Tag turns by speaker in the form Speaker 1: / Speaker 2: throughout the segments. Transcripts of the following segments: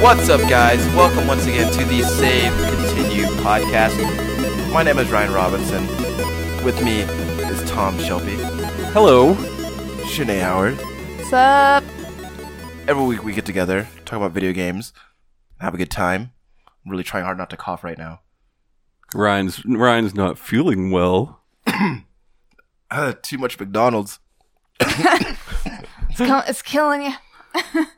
Speaker 1: What's up, guys? Welcome once again to the Save Continue podcast. My name is Ryan Robinson. With me is Tom Shelby,
Speaker 2: Hello.
Speaker 1: Shanae Howard.
Speaker 3: What's up?
Speaker 1: Every week we get together, talk about video games, have a good time. I'm really trying hard not to cough right now.
Speaker 2: Ryan's Ryan's not feeling well.
Speaker 1: Uh, too much McDonald's.
Speaker 3: It's, kill- it's killing you,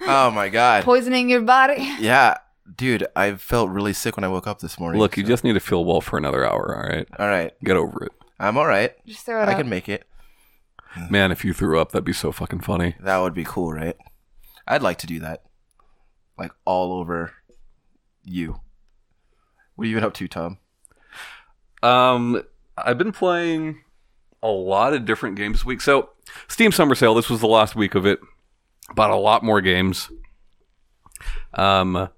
Speaker 1: Oh my god.
Speaker 3: poisoning your body.
Speaker 1: Yeah, dude, I felt really sick when I woke up this morning.
Speaker 2: Look, you just need to feel well for another hour, all right?
Speaker 1: All right,
Speaker 2: Get over it.
Speaker 1: I'm all right.
Speaker 3: Just throw it
Speaker 1: I
Speaker 3: out.
Speaker 1: can make it.
Speaker 2: Man, if you threw up, that'd be so fucking funny.
Speaker 1: That would be cool, right? I'd like to do that. Like all over you. What have you been up to, Tom?
Speaker 2: Um I've been playing a lot of different games this week. So, Steam Summer Sale, this was the last week of it. Bought a lot more games. Um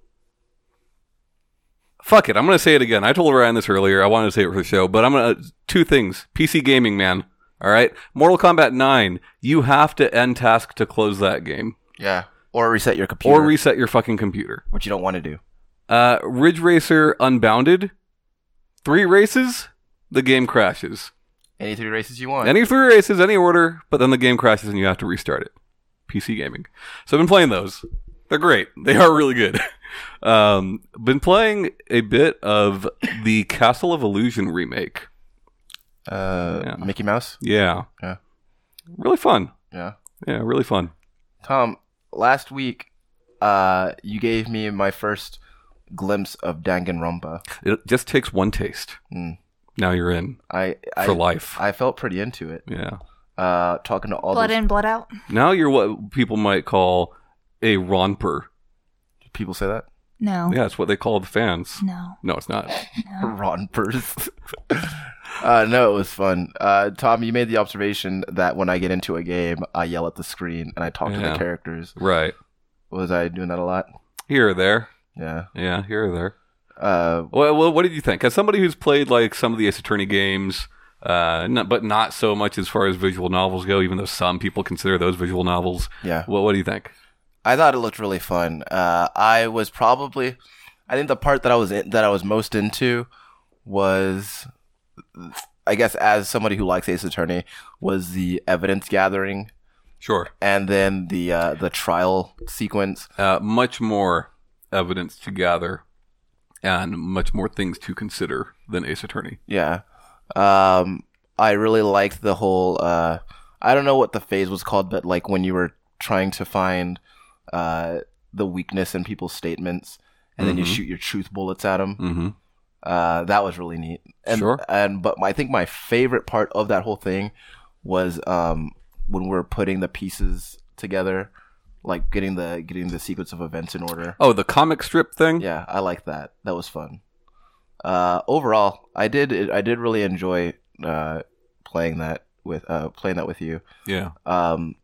Speaker 2: Fuck it, I'm going to say it again. I told Ryan this earlier. I wanted to say it for the show, but I'm going to two things. PC gaming, man. All right. Mortal Kombat 9, you have to end task to close that game.
Speaker 1: Yeah. Or reset your computer.
Speaker 2: or reset your fucking computer.
Speaker 1: what you don't want to do.
Speaker 2: Uh, Ridge Racer Unbounded, three races, the game crashes.
Speaker 1: Any three races you want.
Speaker 2: Any three races, any order, but then the game crashes and you have to restart it. PC gaming. So I've been playing those. They're great. They are really good. um, been playing a bit of the Castle of Illusion remake.
Speaker 1: uh,
Speaker 2: Yeah.
Speaker 1: Mickey Mouse?
Speaker 2: Yeah.
Speaker 1: Yeah.
Speaker 2: Really fun.
Speaker 1: Yeah.
Speaker 2: Yeah, really fun.
Speaker 1: Tom, last week, uh, you gave me my first glimpse of Danganronpa.
Speaker 2: It just takes one taste.
Speaker 1: Mm.
Speaker 2: Now you're in
Speaker 1: I I,
Speaker 2: for life.
Speaker 1: I felt pretty into it.
Speaker 2: yeah.
Speaker 1: Uh, talking to all
Speaker 3: Blood
Speaker 1: those
Speaker 3: in, blood out.
Speaker 2: Now you're what people might call a romper.
Speaker 1: people say that
Speaker 3: No.
Speaker 2: Yeah, it's what they call the fans.
Speaker 3: No.
Speaker 2: No, it's not.
Speaker 1: rompers. uh, no, it was fun. Uh, Tom, you made the observation that when I get into a game, I yell at the screen and I talk to
Speaker 2: Yeah.
Speaker 1: the characters.
Speaker 2: Right.
Speaker 1: Was I doing that a lot?
Speaker 2: Here or there.
Speaker 1: Yeah.
Speaker 2: Yeah, here or there.
Speaker 1: Uh,
Speaker 2: Well, well what did you think? As somebody who's played like some of the Ace Attorney games, uh, not, but not so much as far as visual novels go, even though some people consider those visual novels.
Speaker 1: yeah.
Speaker 2: Well, what do you think?
Speaker 1: I thought it looked really fun. Uh, I was probably, I think the part that I was in, that I was most into was, I guess, as somebody who likes Ace Attorney, was the evidence gathering
Speaker 2: Sure.
Speaker 1: and then the uh, the trial sequence.
Speaker 2: Uh, much more evidence to gather and much more things to consider than Ace Attorney.
Speaker 1: Yeah. Um, I really liked the whole. Uh, I don't know what the phase was called, but like when you were trying to find uh, the weakness in people's statements, and then you
Speaker 2: Mhm.
Speaker 1: shoot your truth bullets at them.
Speaker 2: Mm hmm.
Speaker 1: Uh, that was really neat. And,
Speaker 2: Sure.
Speaker 1: And but I think my favorite part of that whole thing was um, when we were putting the pieces together, like getting the getting the sequence of events in order.
Speaker 2: Oh, the comic strip thing?
Speaker 1: Yeah, I like that. That was fun. Uh, overall, I did I did really enjoy uh, playing that with uh, playing that with you.
Speaker 2: Yeah.
Speaker 1: Um,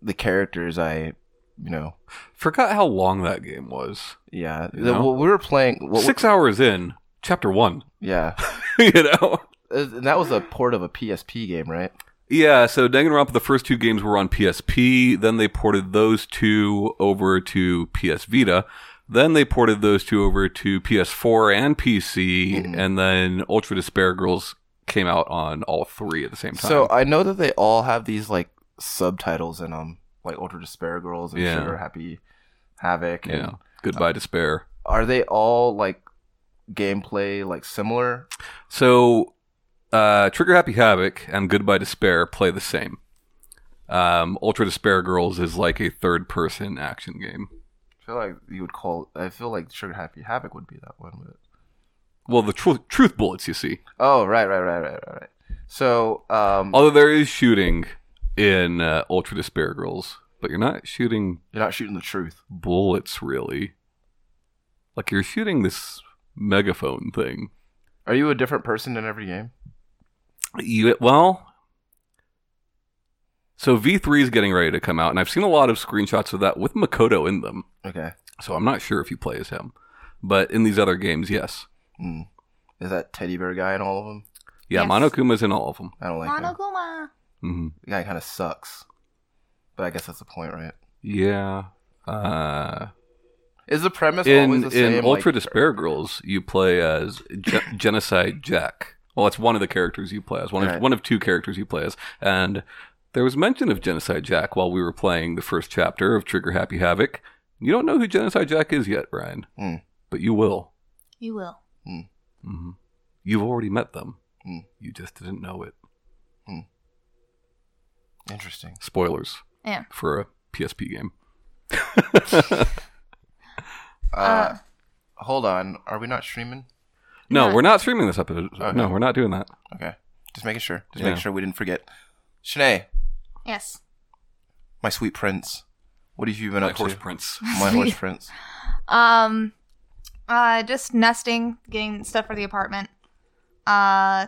Speaker 1: the characters, I you know,
Speaker 2: Forgot how long that game was.
Speaker 1: yeah,
Speaker 2: You
Speaker 1: The-
Speaker 2: know?
Speaker 1: what we were playing. What we-
Speaker 2: Six hours in, chapter one.
Speaker 1: yeah,
Speaker 2: you know?
Speaker 1: Uh, and that was a port of a PSP game, right?
Speaker 2: Yeah, so Danganronpa, the first two games were on PSP. Then they ported those two over to PS Vita. Then they ported those two over to PS4 and PC. And then Ultra Despair Girls came out on all three at the same time.
Speaker 1: So uh, I know that they all have these like subtitles in them, like Ultra Despair Girls and
Speaker 2: Yeah.
Speaker 1: Sugar Happy Havoc. and-
Speaker 2: yeah, Goodbye Despair.
Speaker 1: Are they all like gameplay like similar?
Speaker 2: So, uh, Trigger Happy Havoc and Goodbye Despair play the same. Um, Ultra Despair Girls is like a third person action game.
Speaker 1: I feel like you would call. I feel like Sugar Happy Havoc would be that one. But
Speaker 2: Well, the tru- truth bullets, you see.
Speaker 1: oh, right, right, right, right, right, right. So, um,
Speaker 2: Although there is shooting in uh, Ultra Despair Girls, but you're not shooting
Speaker 1: you're not shooting the truth.
Speaker 2: bullets really. Like you're shooting this megaphone thing.
Speaker 1: Are you a different person in every game?
Speaker 2: You well. So V3 is getting ready to come out, and I've seen a lot of screenshots of that with Makoto in them.
Speaker 1: Okay.
Speaker 2: So I'm not sure if you play as him, but in these other games, yes.
Speaker 1: Hmm. Is that teddy bear guy in all of them?
Speaker 2: Yeah,
Speaker 3: Yes.
Speaker 2: Monokuma's in all of them.
Speaker 1: I don't like him.
Speaker 3: Monoguma.
Speaker 2: hmm
Speaker 1: The guy kind of sucks. But I guess that's the point, right?
Speaker 2: Yeah. Uh,
Speaker 1: Is the premise always
Speaker 2: in
Speaker 1: the same?
Speaker 2: in
Speaker 1: like-
Speaker 2: Ultra Despair Girls, you play as Ge- Genocide Jack. Well, that's one of the characters you play as. One
Speaker 1: Right.
Speaker 2: of one of two characters you play as, and there was mention of Genocide Jack while we were playing the first chapter of Trigger Happy Havoc. You don't know who Genocide Jack is yet, Brian,
Speaker 1: Hmm.
Speaker 2: but you will.
Speaker 3: You will.
Speaker 2: hmm You've already met them.
Speaker 1: Hmm.
Speaker 2: You just didn't know it.
Speaker 1: Interesting.
Speaker 2: Spoilers
Speaker 3: Yeah.
Speaker 2: for a PSP game.
Speaker 1: Uh,
Speaker 3: Uh,
Speaker 1: hold on. Are we not streaming?
Speaker 2: No,
Speaker 3: Yeah.
Speaker 2: we're not streaming this episode.
Speaker 1: Okay.
Speaker 2: No, we're not doing that.
Speaker 1: Okay. Just making sure. Just
Speaker 2: Yeah.
Speaker 1: making sure we didn't forget. Shanae,
Speaker 3: Yes.
Speaker 1: my sweet prince, what have you been
Speaker 2: My
Speaker 1: up to?
Speaker 2: horse prince.
Speaker 1: My horse prince.
Speaker 3: Um, uh, just nesting, getting stuff for the apartment, uh,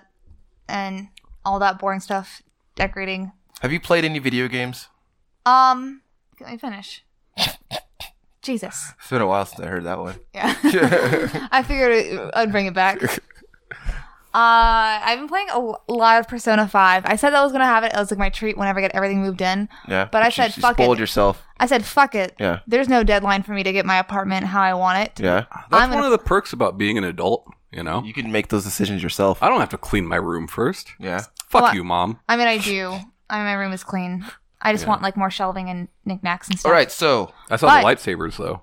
Speaker 3: and all that boring stuff, decorating.
Speaker 1: Have you played any video games?
Speaker 3: Um, let me finish. Jesus.
Speaker 1: It's been a while since I heard that one.
Speaker 3: Yeah. I figured I'd bring it back. Uh, I've been playing a l- lot of Persona 5. I said that I was going to have it. It was like my treat whenever I get everything moved in.
Speaker 1: Yeah.
Speaker 3: But I
Speaker 1: you-
Speaker 3: said,
Speaker 1: you
Speaker 3: fuck
Speaker 1: spoiled
Speaker 3: it.
Speaker 1: yourself.
Speaker 3: I said, fuck it.
Speaker 1: Yeah.
Speaker 3: There's no deadline for me to get my apartment how I want it.
Speaker 1: Yeah.
Speaker 2: That's
Speaker 3: I'm
Speaker 2: one
Speaker 3: gonna-
Speaker 2: of the perks about being an adult, you know?
Speaker 1: You can make those decisions yourself.
Speaker 2: I don't have to clean my room first.
Speaker 1: Yeah.
Speaker 2: Fuck
Speaker 3: Well,
Speaker 2: you, mom.
Speaker 3: I mean, I do. I mean, my room is clean. I just want like more shelving and knickknacks and stuff.
Speaker 1: All right. So,
Speaker 2: I saw the
Speaker 3: but-
Speaker 2: lightsabers though.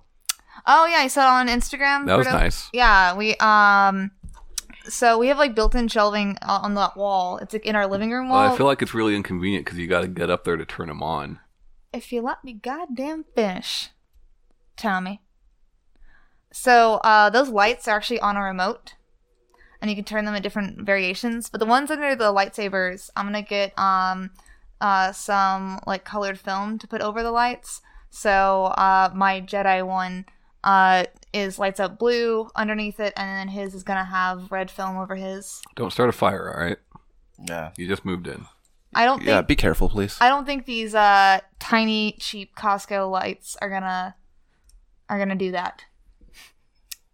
Speaker 3: Oh yeah, I saw it on Instagram.
Speaker 2: That was
Speaker 3: Roberto.
Speaker 2: nice.
Speaker 3: Yeah, we um, so we have like built-in shelving uh, on that wall. It's like in our living room
Speaker 2: Well,
Speaker 3: wall.
Speaker 2: I feel like it's really inconvenient because you got to get up there to turn them on.
Speaker 3: if you let me goddamn finish, Tommy. So uh, those lights are actually on a remote, and you can turn them in different variations. But the ones under the lightsabers, I'm gonna get um, uh, some like colored film to put over the lights. So uh, my Jedi one uh, is lights up blue underneath it, and then his is gonna have red film over his.
Speaker 2: Don't start a fire, all right?
Speaker 1: yeah.
Speaker 2: You just moved in.
Speaker 3: I don't think
Speaker 1: Yeah. Be careful, please.
Speaker 3: I don't think these uh tiny cheap Costco lights are gonna are gonna do that.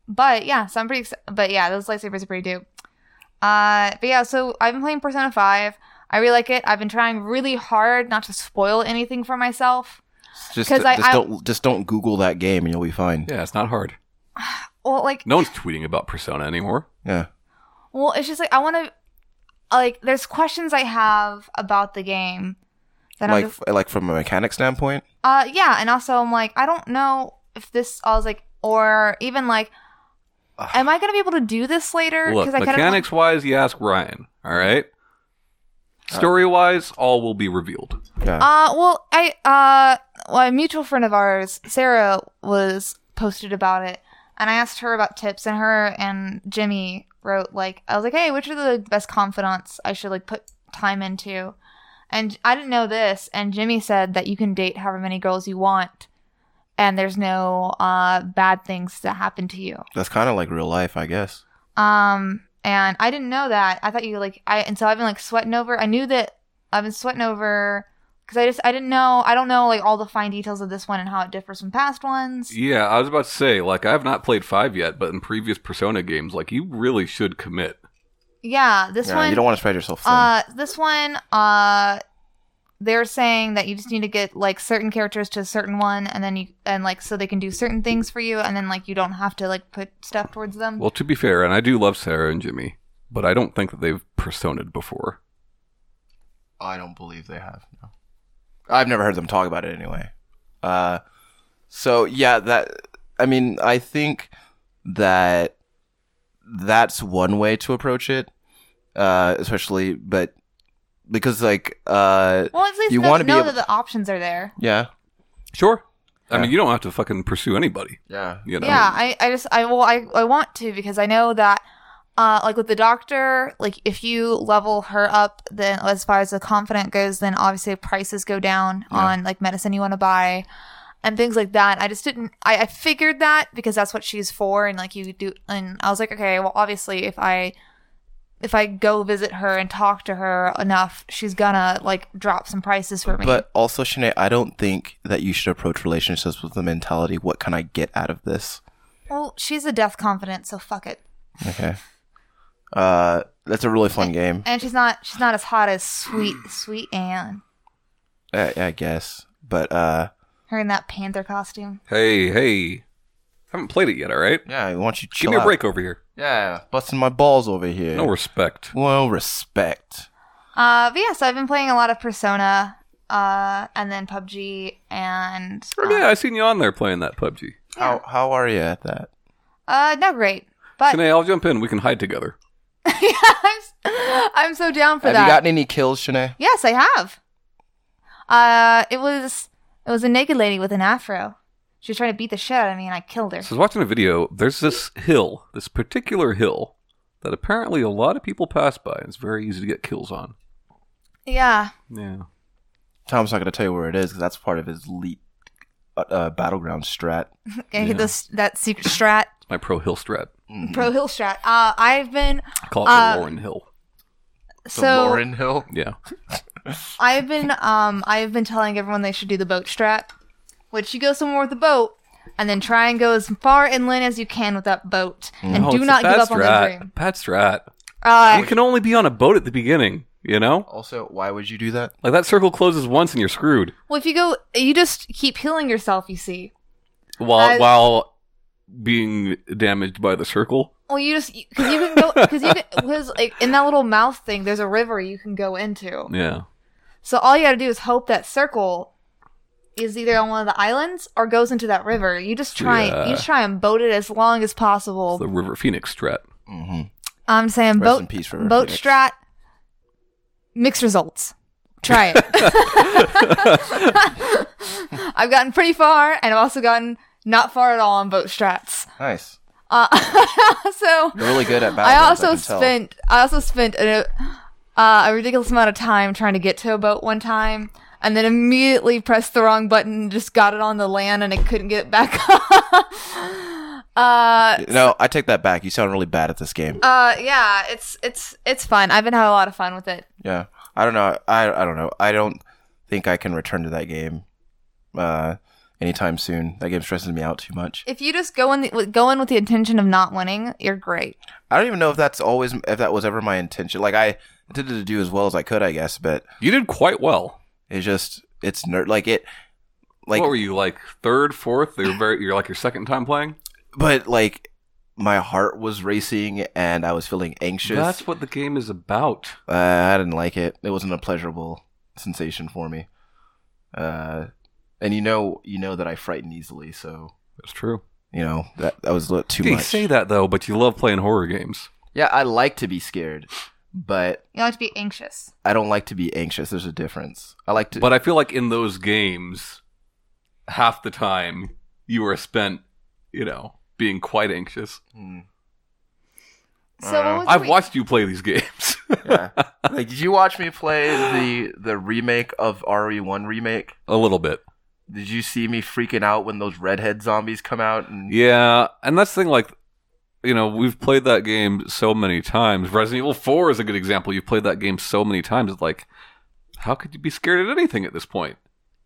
Speaker 3: But yeah, so I'm pretty. Ex- but yeah, those lightsabers are pretty dope. Uh, but yeah, so I've been playing Persona Five. I really like it. I've been trying really hard not to spoil anything for myself.
Speaker 1: Just,
Speaker 3: 'Cause
Speaker 1: just
Speaker 3: I- I-
Speaker 1: don't just don't Google that game and you'll be fine.
Speaker 2: Yeah, it's not hard.
Speaker 3: Well, like,
Speaker 2: No one's tweeting about Persona anymore.
Speaker 1: Yeah.
Speaker 3: well, it's just like I want to. Like, there's questions I have about the game that I'm
Speaker 1: Like
Speaker 3: just,
Speaker 1: like from a mechanic standpoint.
Speaker 3: Uh, yeah, and also I'm like, I don't know if this. I was like, or even like, am I gonna be able to do this later?
Speaker 2: Look,
Speaker 3: I kinda-
Speaker 2: mechanics wise, you ask Ryan, all right? Story wise, all will be revealed.
Speaker 1: Yeah.
Speaker 3: Uh, well, I uh, well, a mutual friend of ours, Sarah, was posted about it, and I asked her about tips, and her and Jimmy wrote like, I was like, hey, which are the best confidants I should like put time into? And I didn't know this, and Jimmy said that you can date however many girls you want, and there's no uh bad things that happen to you.
Speaker 1: That's kind of like real life, I guess.
Speaker 3: Um, and I didn't know that. I thought you like I, and so I've been like sweating over. I knew that I've been sweating over because I just I didn't know. I don't know like all the fine details of this one and how it differs from past ones.
Speaker 2: Yeah, I was about to say, like, I have not played five yet, but in previous Persona games, like, you really should commit.
Speaker 3: Yeah, this
Speaker 1: yeah,
Speaker 3: one.
Speaker 1: you don't want to spread yourself thin.
Speaker 3: uh, this one. Uh, they're saying that you just need to get like certain characters to a certain one, and then you and like so they can do certain things for you, and then like you don't have to like put stuff towards them.
Speaker 2: Well, to be fair, and I do love Sarah and Jimmy, but I don't think that they've personaed before.
Speaker 1: I don't believe they have. No, I've never heard them talk about it anyway. Uh, so yeah, that I mean, I think that that's one way to approach it, uh, especially, but because like, uh,
Speaker 3: Well, at least
Speaker 1: you
Speaker 3: know,
Speaker 1: wanna be
Speaker 3: know
Speaker 1: able-
Speaker 3: that the options are there.
Speaker 1: yeah,
Speaker 2: Sure. I
Speaker 1: Yeah.
Speaker 2: mean, you don't have to fucking pursue anybody,
Speaker 1: yeah,
Speaker 2: you know?
Speaker 3: Yeah, I, I just I well I, I want to because I know that uh like with the doctor, like if you level her up then as far as the confident goes, then obviously prices go down
Speaker 1: Yeah.
Speaker 3: on like medicine you want to buy and things like that. I just didn't I, I figured that because that's what she's for and like you do and I was like, okay, well obviously if I if I go visit her and talk to her enough, she's gonna like drop some prices for me.
Speaker 1: But also, Shanae, I don't think that you should approach relationships with the mentality, "What can I get out of this?"
Speaker 3: well, she's a death confident, so fuck it.
Speaker 1: Okay, uh, that's a really fun game.
Speaker 3: And she's not she's not as hot as sweet
Speaker 1: Mm.
Speaker 3: sweet Anne.
Speaker 1: I, I guess, but uh,
Speaker 3: Her in that panther costume.
Speaker 2: Hey, hey. haven't played it yet, all right?
Speaker 1: Yeah, I want you to
Speaker 2: Give
Speaker 1: chill
Speaker 2: me a
Speaker 1: out.
Speaker 2: break over here.
Speaker 1: Yeah, busting my balls over here.
Speaker 2: No respect.
Speaker 1: well, respect.
Speaker 3: Uh, but yeah, so I've been playing a lot of Persona, uh, and then PUBG, and uh,
Speaker 2: Oh, yeah, I seen you on there playing that PUBG.
Speaker 1: How how are you at that?
Speaker 3: uh, not great. But
Speaker 2: Sinead, I'll jump in. We can hide together.
Speaker 3: yeah, I'm, s- I'm so down for
Speaker 1: Have
Speaker 3: that.
Speaker 1: you gotten any kills, Shanae?
Speaker 3: yes, I have. Uh, it was it was a naked lady with an afro. She was trying to beat the shit out of me, and I killed her.
Speaker 2: So I was watching a video. There's this hill, this particular hill, that apparently a lot of people pass by. and It's very easy to get kills on.
Speaker 3: Yeah,
Speaker 2: Yeah.
Speaker 1: Tom's not going to tell you where it is because that's part of his elite uh, uh, battleground strat.
Speaker 3: Okay, this that secret strat,
Speaker 2: It's my pro hill strat.
Speaker 1: Mm-hmm.
Speaker 3: pro hill strat. Uh, I've been
Speaker 2: I call it the
Speaker 3: Um,
Speaker 2: Lauren Hill.
Speaker 3: so
Speaker 1: Hill.
Speaker 2: Yeah.
Speaker 3: I've been um I've been telling everyone they should do the boat strat, which you go somewhere with a boat and then try and go as far inland as you can with that boat, and
Speaker 2: No,
Speaker 3: do
Speaker 2: Oh, it's a
Speaker 3: not give
Speaker 2: bad
Speaker 3: up on the
Speaker 2: strat.
Speaker 3: dream.
Speaker 2: Bad strat.
Speaker 3: Uh,
Speaker 2: You can only be on a boat at the beginning, you know?
Speaker 1: Also, why would you do that?
Speaker 2: Like that circle closes once and you're screwed.
Speaker 3: well, if you go, you just keep healing yourself. You see,
Speaker 2: While
Speaker 3: Uh,
Speaker 2: while being damaged by the circle.
Speaker 3: well, you just because you can go because you because like in that little mouth thing, there's a river you can go into.
Speaker 2: Yeah.
Speaker 3: So all you got to do is hope that circle is either on one of the islands or goes into that river. You just try
Speaker 2: Yeah.
Speaker 3: you try and boat it as long as possible.
Speaker 2: It's the River Phoenix strat.
Speaker 1: Mm-hmm.
Speaker 3: I'm saying
Speaker 1: Rest
Speaker 3: boat
Speaker 1: in peace, River
Speaker 3: boat
Speaker 1: Phoenix.
Speaker 3: strat. Mixed results. Try it. I've gotten pretty far, and I've also gotten not far at all on boat strats.
Speaker 1: Nice.
Speaker 3: Uh, so
Speaker 1: You're really good at battle.
Speaker 3: I also spent I also spent a, uh, a ridiculous amount of time trying to get to a boat one time, and then immediately pressed the wrong button, just got it on the land, and I couldn't get it back. uh,
Speaker 1: No, I take that back. You sound really bad at this game.
Speaker 3: uh, yeah, it's it's it's fun. I've been having a lot of fun with it.
Speaker 1: Yeah, I don't know. I I don't know. I don't think I can return to that game uh, anytime soon. That game stresses me out too much.
Speaker 3: If you just go in the, with- go in with the intention of not winning, you're great.
Speaker 1: I don't even know if that's always if that was ever my intention. Like I intended to do as well as I could, I guess, but
Speaker 2: You did quite well.
Speaker 1: it's just it's nerd like it like
Speaker 2: what were you like third, fourth? They were very you're like your second time playing?
Speaker 1: but like my heart was racing and I was feeling anxious.
Speaker 2: That's what the game is about.
Speaker 1: Uh, I didn't like it. It wasn't a pleasurable sensation for me. Uh, and you know, you know that I frighten easily, so
Speaker 2: That's true.
Speaker 1: you know that that was a little too
Speaker 2: you
Speaker 1: much.
Speaker 2: say that though, but you love playing horror games.
Speaker 1: Yeah, I like to be scared, but
Speaker 3: You don't have to be anxious.
Speaker 1: I don't like to be anxious. There's a difference. I like to.
Speaker 2: But I feel like in those games, half the time you are spent, you know, being quite anxious.
Speaker 1: Hmm,
Speaker 3: So
Speaker 1: Uh,
Speaker 3: what was
Speaker 2: I've
Speaker 3: we-
Speaker 2: watched you play these games.
Speaker 1: yeah. like, did you watch me play the the remake of RE1 remake?
Speaker 2: a little bit.
Speaker 1: Did you see me freaking out when those redhead zombies come out? And
Speaker 2: Yeah, and that's the thing. Like, you know, we've played that game so many times. Resident Evil Four is a good example. You've played that game so many times. It's like, how could you be scared at anything at this point?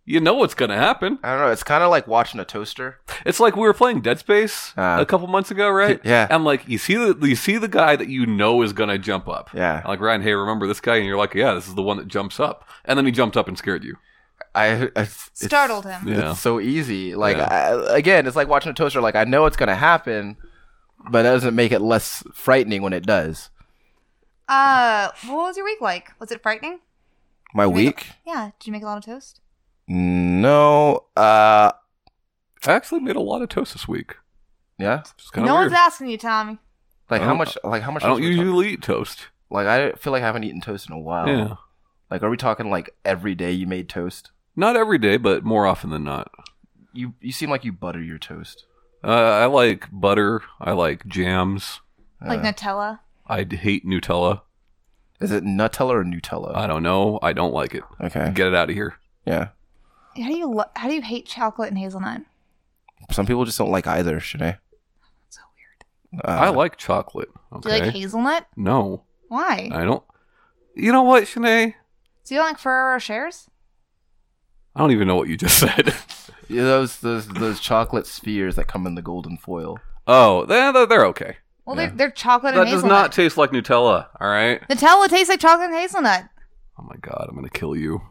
Speaker 2: You know what's going to happen.
Speaker 1: I don't know. It's kind of like watching a toaster.
Speaker 2: It's like we were playing Dead Space
Speaker 1: Ah.
Speaker 2: a couple months ago, right?
Speaker 1: Yeah.
Speaker 2: I'm like, you see the you see the guy that you know is going to jump up.
Speaker 1: Yeah.
Speaker 2: I'm like Ryan, hey, remember this guy? And you're like, yeah, this is the one that jumps up. And then he jumped up and scared you.
Speaker 1: I, I it's-
Speaker 3: startled him.
Speaker 2: Yeah.
Speaker 1: It's so easy. Like
Speaker 2: Yeah.
Speaker 1: I, again, it's like watching a toaster. Like I know it's gonna happen, but that doesn't make it less frightening when it does.
Speaker 3: Uh, what was your week like? Was it frightening?
Speaker 1: My week?
Speaker 3: Yeah. Did you make a lot of toast?
Speaker 1: No. Uh.
Speaker 2: I actually made a lot of toast this week.
Speaker 1: Yeah.
Speaker 2: It's kind of
Speaker 3: no
Speaker 2: weird.
Speaker 3: one's asking you, Tommy.
Speaker 1: Like
Speaker 2: I
Speaker 1: how
Speaker 2: don't-
Speaker 1: much? Like how much?
Speaker 2: Oh. I don't
Speaker 1: toast are we talking-
Speaker 2: usually eat toast.
Speaker 1: Like I feel like I haven't eaten toast in a while.
Speaker 2: Yeah.
Speaker 1: Like are we talking like every day you made toast?
Speaker 2: Not every day, but more often than not.
Speaker 1: You you seem like you butter your toast.
Speaker 2: Uh, I like butter. I like jams.
Speaker 3: Like
Speaker 1: Uh,
Speaker 3: Nutella.
Speaker 2: I d- hate Nutella.
Speaker 1: is it Nutella or Nutella?
Speaker 2: I don't know. I don't like it.
Speaker 1: okay.
Speaker 2: Get it out of here.
Speaker 1: Yeah.
Speaker 3: How do you lo- how do you hate chocolate and hazelnut?
Speaker 1: Some people just don't like either. Should I?
Speaker 3: So weird.
Speaker 1: Uh,
Speaker 2: I like chocolate.
Speaker 3: Do
Speaker 2: Okay.
Speaker 3: you like hazelnut?
Speaker 2: no,
Speaker 3: Why?
Speaker 2: I don't. You know what, Shanae?
Speaker 3: Do you don't like Ferrero Rochers?
Speaker 2: I don't even know what you just said.
Speaker 1: Yeah, those those those chocolate spheres that come in the golden foil.
Speaker 2: oh, they're, they're- they're okay.
Speaker 3: Well,
Speaker 1: Yeah.
Speaker 3: they're, they're chocolate
Speaker 2: that
Speaker 3: and
Speaker 2: does
Speaker 3: hazelnut.
Speaker 2: not taste like Nutella. All right.
Speaker 3: Nutella tastes like chocolate and hazelnut.
Speaker 2: Oh my god, I'm gonna kill you.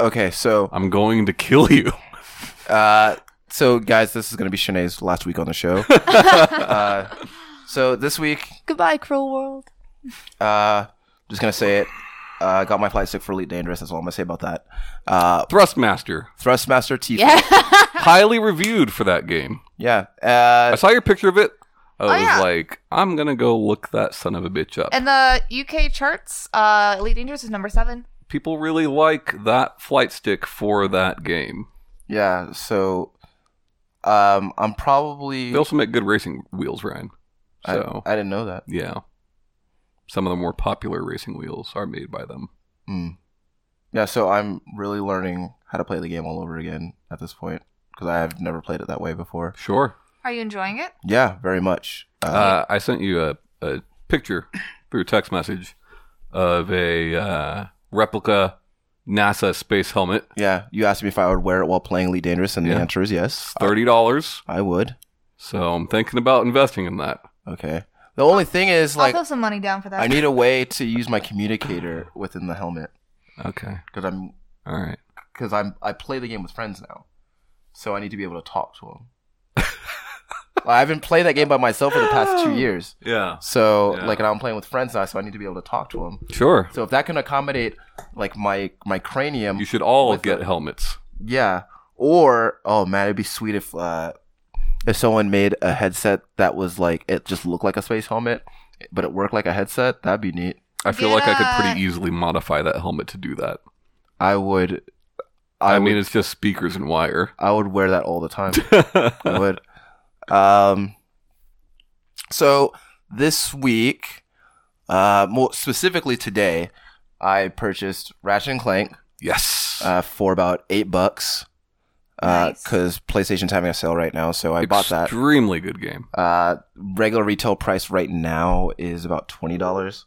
Speaker 1: Okay, so
Speaker 2: I'm going to kill you.
Speaker 1: uh, so guys, this is going to be Shanae's last week on the show. uh, so this week,
Speaker 3: Goodbye, cruel world.
Speaker 1: uh, just going to say it. Uh, got my flight stick for Elite Dangerous. That's all I'm going to say about that. Uh,
Speaker 2: Thrustmaster,
Speaker 1: Thrustmaster T.
Speaker 3: Yeah.
Speaker 2: highly reviewed for that game.
Speaker 1: Yeah.
Speaker 2: I
Speaker 1: Uh,
Speaker 2: saw your picture of it. I was
Speaker 3: Oh, yeah.
Speaker 2: like, I'm gonna go look that son of a bitch up.
Speaker 3: and the UK charts, uh, Elite Dangerous is number seven.
Speaker 2: People really like that flight stick for that game.
Speaker 1: yeah. So, um, I'm probably.
Speaker 2: They also make good racing wheels, Ryan.
Speaker 1: I-
Speaker 2: So
Speaker 1: I didn't know that.
Speaker 2: yeah, some of the more popular racing wheels are made by them.
Speaker 1: Mm. Yeah, so I'm really learning how to play the game all over again at this point because I have never played it that way before.
Speaker 2: Sure.
Speaker 3: Are you enjoying it?
Speaker 1: Yeah, very much. Uh,
Speaker 2: Uh, I sent you a, a picture through text message of a uh, replica NASA space helmet.
Speaker 1: yeah, you asked me if I would wear it while playing Elite Dangerous, and the
Speaker 2: Yeah.
Speaker 1: answer is yes,
Speaker 2: Thirty dollars.
Speaker 1: I would.
Speaker 2: So I'm thinking about investing in that.
Speaker 1: Okay. The only thing is, like,
Speaker 3: I'll throw some money down for that.
Speaker 1: I need a way to use my communicator within the helmet
Speaker 2: Okay.
Speaker 1: because I'm
Speaker 2: All right.
Speaker 1: because I'm I play the game with friends now, so I need to be able to talk to them. I haven't played that game by myself for the past two years,
Speaker 2: Yeah.
Speaker 1: so
Speaker 2: Yeah.
Speaker 1: like now I'm playing with friends now, so I need to be able to talk to them.
Speaker 2: Sure.
Speaker 1: So if that can accommodate like my my cranium,
Speaker 2: You should all
Speaker 1: Um, With
Speaker 2: get
Speaker 1: the-
Speaker 2: helmets.
Speaker 1: yeah. Or oh man, it'd be sweet if uh, if someone made a headset that was like it just looked like a space helmet, but it worked like a headset. That'd be neat.
Speaker 2: I feel like I could pretty
Speaker 3: Yeah.
Speaker 2: easily modify that helmet to do that.
Speaker 1: I would. I,
Speaker 2: I,
Speaker 1: would,
Speaker 2: mean, it's just speakers and wire.
Speaker 1: I would wear that all the time. I would. Um. So this week, uh, more specifically today, I purchased Ratchet and Clank.
Speaker 2: yes.
Speaker 1: uh, for about eight bucks
Speaker 3: Nice.
Speaker 1: because PlayStation's having a sale right now. So I bought that.
Speaker 2: Extremely good game.
Speaker 1: Uh, regular retail price right now is about twenty dollars.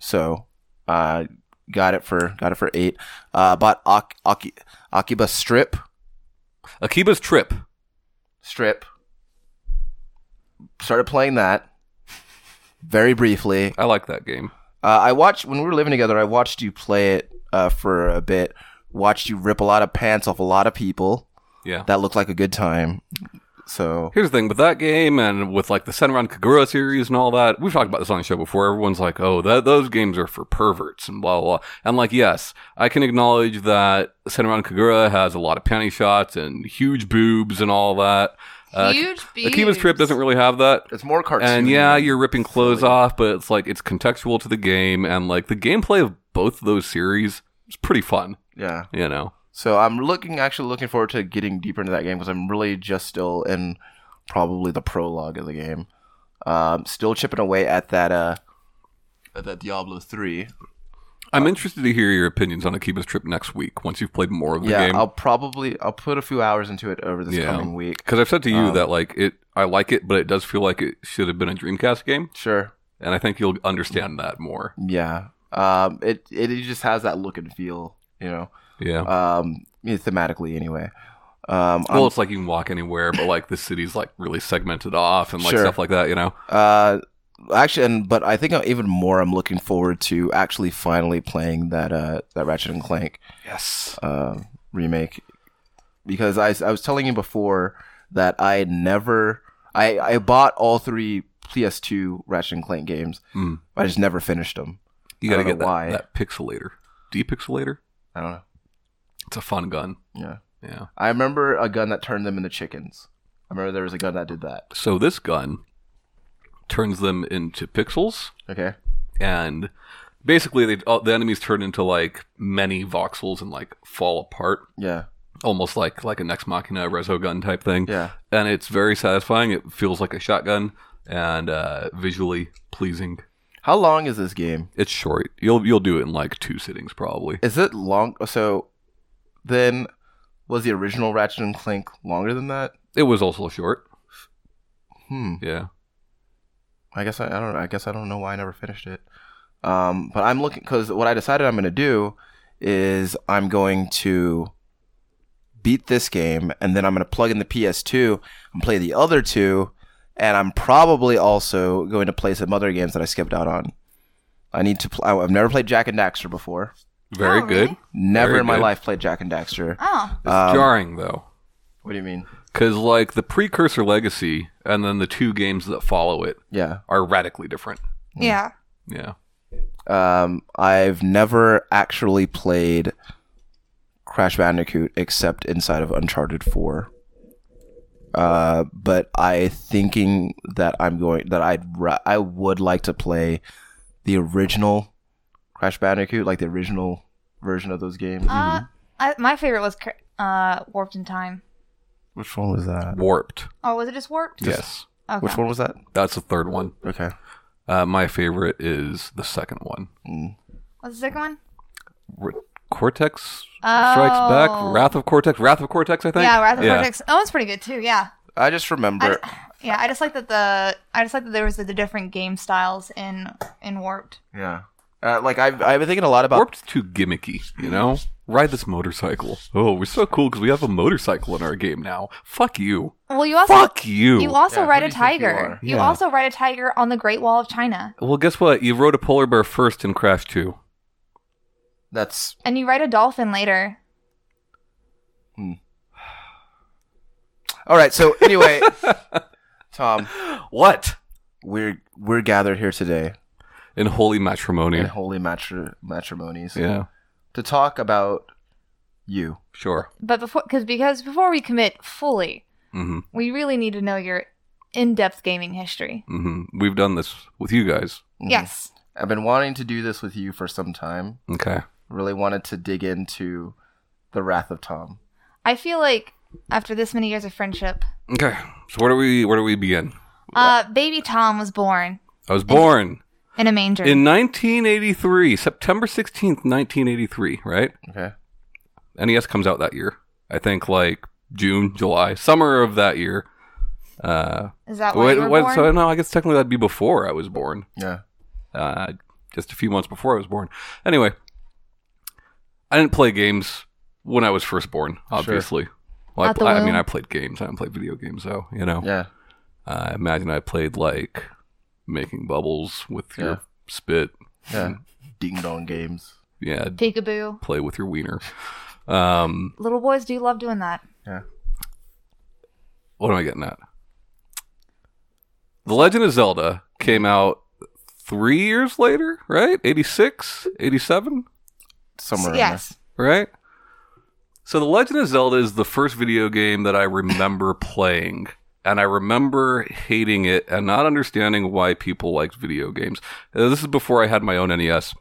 Speaker 1: So uh, got it for got it for eight. Uh, bought Ak- Aki- Akiba Strip
Speaker 2: Akiba's Trip.
Speaker 1: Strip. Started playing that very briefly.
Speaker 2: I like that game.
Speaker 1: Uh, I watched when we were living together. I watched you play it uh, for a bit. Watched you rip a lot of pants off a lot of people.
Speaker 2: Yeah.
Speaker 1: that looked like a good time. So
Speaker 2: Here's the thing with that game and with like the Senran Kagura series and all that. We've talked about this on the show before. Everyone's like, oh, that, those games are for perverts and blah, blah, blah. And like, yes, I can acknowledge that Senran Kagura has a lot of panty shots and huge boobs and all that. Uh,
Speaker 3: Huge
Speaker 2: Ak- Akiba's Trip doesn't really have that.
Speaker 1: it's more cartoon.
Speaker 2: And yeah, you're ripping clothes off, but it's like it's contextual to the game, and like the gameplay of both of those series is pretty fun.
Speaker 1: Yeah.
Speaker 2: You know,
Speaker 1: So I'm looking actually looking forward to getting deeper into that game because I'm really just still in probably the prologue of the game. Um, still chipping away at that uh at that Diablo three. Uh,
Speaker 2: I'm interested to hear your opinions on Akiba's Trip next week once you've played more of the
Speaker 1: Yeah,
Speaker 2: game.
Speaker 1: I'll probably I'll put a few hours into it over this
Speaker 2: Yeah.
Speaker 1: coming week.
Speaker 2: Because I've said to you
Speaker 1: Um,
Speaker 2: that like it, I like it, but it does feel like it should have been a Dreamcast game,
Speaker 1: Sure.
Speaker 2: and I think you'll understand that more.
Speaker 1: Yeah. Um, it it just has that look and feel, you know.
Speaker 2: Yeah.
Speaker 1: Um, thematically anyway. Um, I'm-
Speaker 2: well, it's like you can walk anywhere, but like the city's like really segmented off and like
Speaker 1: Sure.
Speaker 2: stuff like that. You know.
Speaker 1: Uh, actually, and, but I think I'm even more I'm looking forward to actually finally playing that uh, that Ratchet and Clank
Speaker 2: Yes.
Speaker 1: uh, remake because I, I was telling you before that I had never I, I bought all three PS2 Ratchet and Clank games.
Speaker 2: Mm.
Speaker 1: I just never finished them.
Speaker 2: You
Speaker 1: I
Speaker 2: gotta
Speaker 1: don't know
Speaker 2: get that,
Speaker 1: why.
Speaker 2: that pixelator, depixelator.
Speaker 1: I don't know.
Speaker 2: It's a fun gun.
Speaker 1: Yeah,
Speaker 2: Yeah.
Speaker 1: I remember a gun that turned them into chickens. I remember there was a gun that did that.
Speaker 2: So this gun turns them into pixels,
Speaker 1: Okay.
Speaker 2: and basically they all, the enemies turn into like many voxels and like fall apart,
Speaker 1: Yeah.
Speaker 2: almost like like a Nex Machina Rezo gun type thing.
Speaker 1: Yeah.
Speaker 2: And it's very satisfying. It feels like a shotgun and uh, visually pleasing.
Speaker 1: How long is this game?
Speaker 2: It's short. You'll you'll do it in like two sittings probably.
Speaker 1: Is it long? So, then was the original Ratchet and Clank longer than that?
Speaker 2: It was also short.
Speaker 1: Hmm.
Speaker 2: Yeah.
Speaker 1: I guess I, I don't. I guess I don't know why I never finished it. Um, but I'm looking because what I decided I'm going to do is I'm going to beat this game and then I'm going to plug in the PS2 and play the other two, and I'm probably also going to play some other games that I skipped out on. I need to. Pl- I- I've never played Jack and Daxter before.
Speaker 2: Very
Speaker 3: Oh,
Speaker 2: good.
Speaker 3: really?
Speaker 1: Never
Speaker 2: Very
Speaker 1: in my
Speaker 2: good.
Speaker 1: life played Jack and Daxter.
Speaker 3: Oh,
Speaker 2: It's jarring though.
Speaker 1: What do you mean?
Speaker 2: Because, like, the precursor Legacy and then the two games that follow it
Speaker 1: Yeah.
Speaker 2: are radically different.
Speaker 3: Yeah.
Speaker 2: Yeah.
Speaker 1: Um, I've never actually played Crash Bandicoot except inside of Uncharted Four. Uh, but I thinking that I'm going that I'd ra- I would like to play the original Crash Bandicoot, like the original version of those games.
Speaker 3: Uh, I, my favorite was Cra- uh, Warped in Time.
Speaker 1: Which one was that?
Speaker 2: Warped.
Speaker 3: Oh, was it just Warped?
Speaker 2: Yes.
Speaker 3: Okay.
Speaker 1: Which one was that?
Speaker 2: That's the third one.
Speaker 1: Okay.
Speaker 2: Uh, my favorite is the second one.
Speaker 3: What's the second one?
Speaker 2: R- Cortex Strikes
Speaker 3: Oh.
Speaker 2: Back, Wrath of Cortex, Wrath of Cortex, I think.
Speaker 3: Yeah, Wrath of Cortex. That one's pretty good too. Yeah.
Speaker 1: I just remember.
Speaker 3: Yeah, I just like that the I just like that there was the, different game styles in in Warped.
Speaker 1: yeah. Uh, like I've I've been thinking a lot about
Speaker 2: Warped's too gimmicky, you know? Ride this motorcycle. Oh, we're so cool because we have a motorcycle in our game now. Fuck you.
Speaker 3: Well, you also
Speaker 2: Fuck you.
Speaker 3: you also
Speaker 1: Yeah,
Speaker 3: ride
Speaker 1: who
Speaker 3: a
Speaker 1: do you think you
Speaker 3: tiger.
Speaker 1: are?
Speaker 3: You,
Speaker 2: Yeah.
Speaker 3: also ride a tiger on the Great Wall of China,
Speaker 2: well, guess what? You rode a polar bear first in Crash 2.
Speaker 1: that's
Speaker 3: and you ride a dolphin later.
Speaker 1: all right. So anyway, Tom,
Speaker 2: What?
Speaker 1: we're we're gathered here today
Speaker 2: In holy matrimony.
Speaker 1: in holy matri- matrimonies
Speaker 2: yeah.
Speaker 1: to talk about you.
Speaker 2: Sure.
Speaker 3: But before, because because before we commit fully,
Speaker 2: hmm
Speaker 3: we really need to know your in-depth gaming history.
Speaker 2: hmm We've done this with you guys.
Speaker 3: Yes.
Speaker 1: I've been wanting to do this with you for some time.
Speaker 2: Okay.
Speaker 1: Really wanted to dig into the Wrath of Tom.
Speaker 3: I feel like after this many years of friendship,
Speaker 2: Okay. So where do we where do we begin?
Speaker 3: uh, baby Tom was born
Speaker 2: I was born
Speaker 3: in a manger.
Speaker 2: in 1983, September 16th, 1983, right?
Speaker 1: Okay.
Speaker 2: NES comes out that year. I think like June, July, summer of that year. Uh,
Speaker 3: Is that why
Speaker 2: wait,
Speaker 3: you were
Speaker 2: wait,
Speaker 3: born?
Speaker 2: so no, I guess technically that'd be before I was born.
Speaker 1: Yeah.
Speaker 2: Uh, just a few months before I was born. Anyway, I didn't play games when I was first born. Obviously, well, I,
Speaker 3: Out the
Speaker 2: pl- I mean,
Speaker 3: womb.
Speaker 2: I played games. I didn't play video games though. You know,
Speaker 1: Yeah.
Speaker 2: I imagine I played like making bubbles with
Speaker 1: Yeah.
Speaker 2: your spit.
Speaker 1: Yeah. Ding dong games.
Speaker 2: Yeah,
Speaker 3: Peekaboo.
Speaker 2: play with your wiener. Um,
Speaker 3: Little boys do love doing that.
Speaker 1: Yeah.
Speaker 2: what am I getting at? The Legend of Zelda came out three years later, right? 86, 87,
Speaker 1: Somewhere. in
Speaker 3: yes.
Speaker 2: right? So, The Legend of Zelda is the first video game that I remember playing. And I remember hating it and not understanding why people liked video games. Uh, This is before I had my own NES.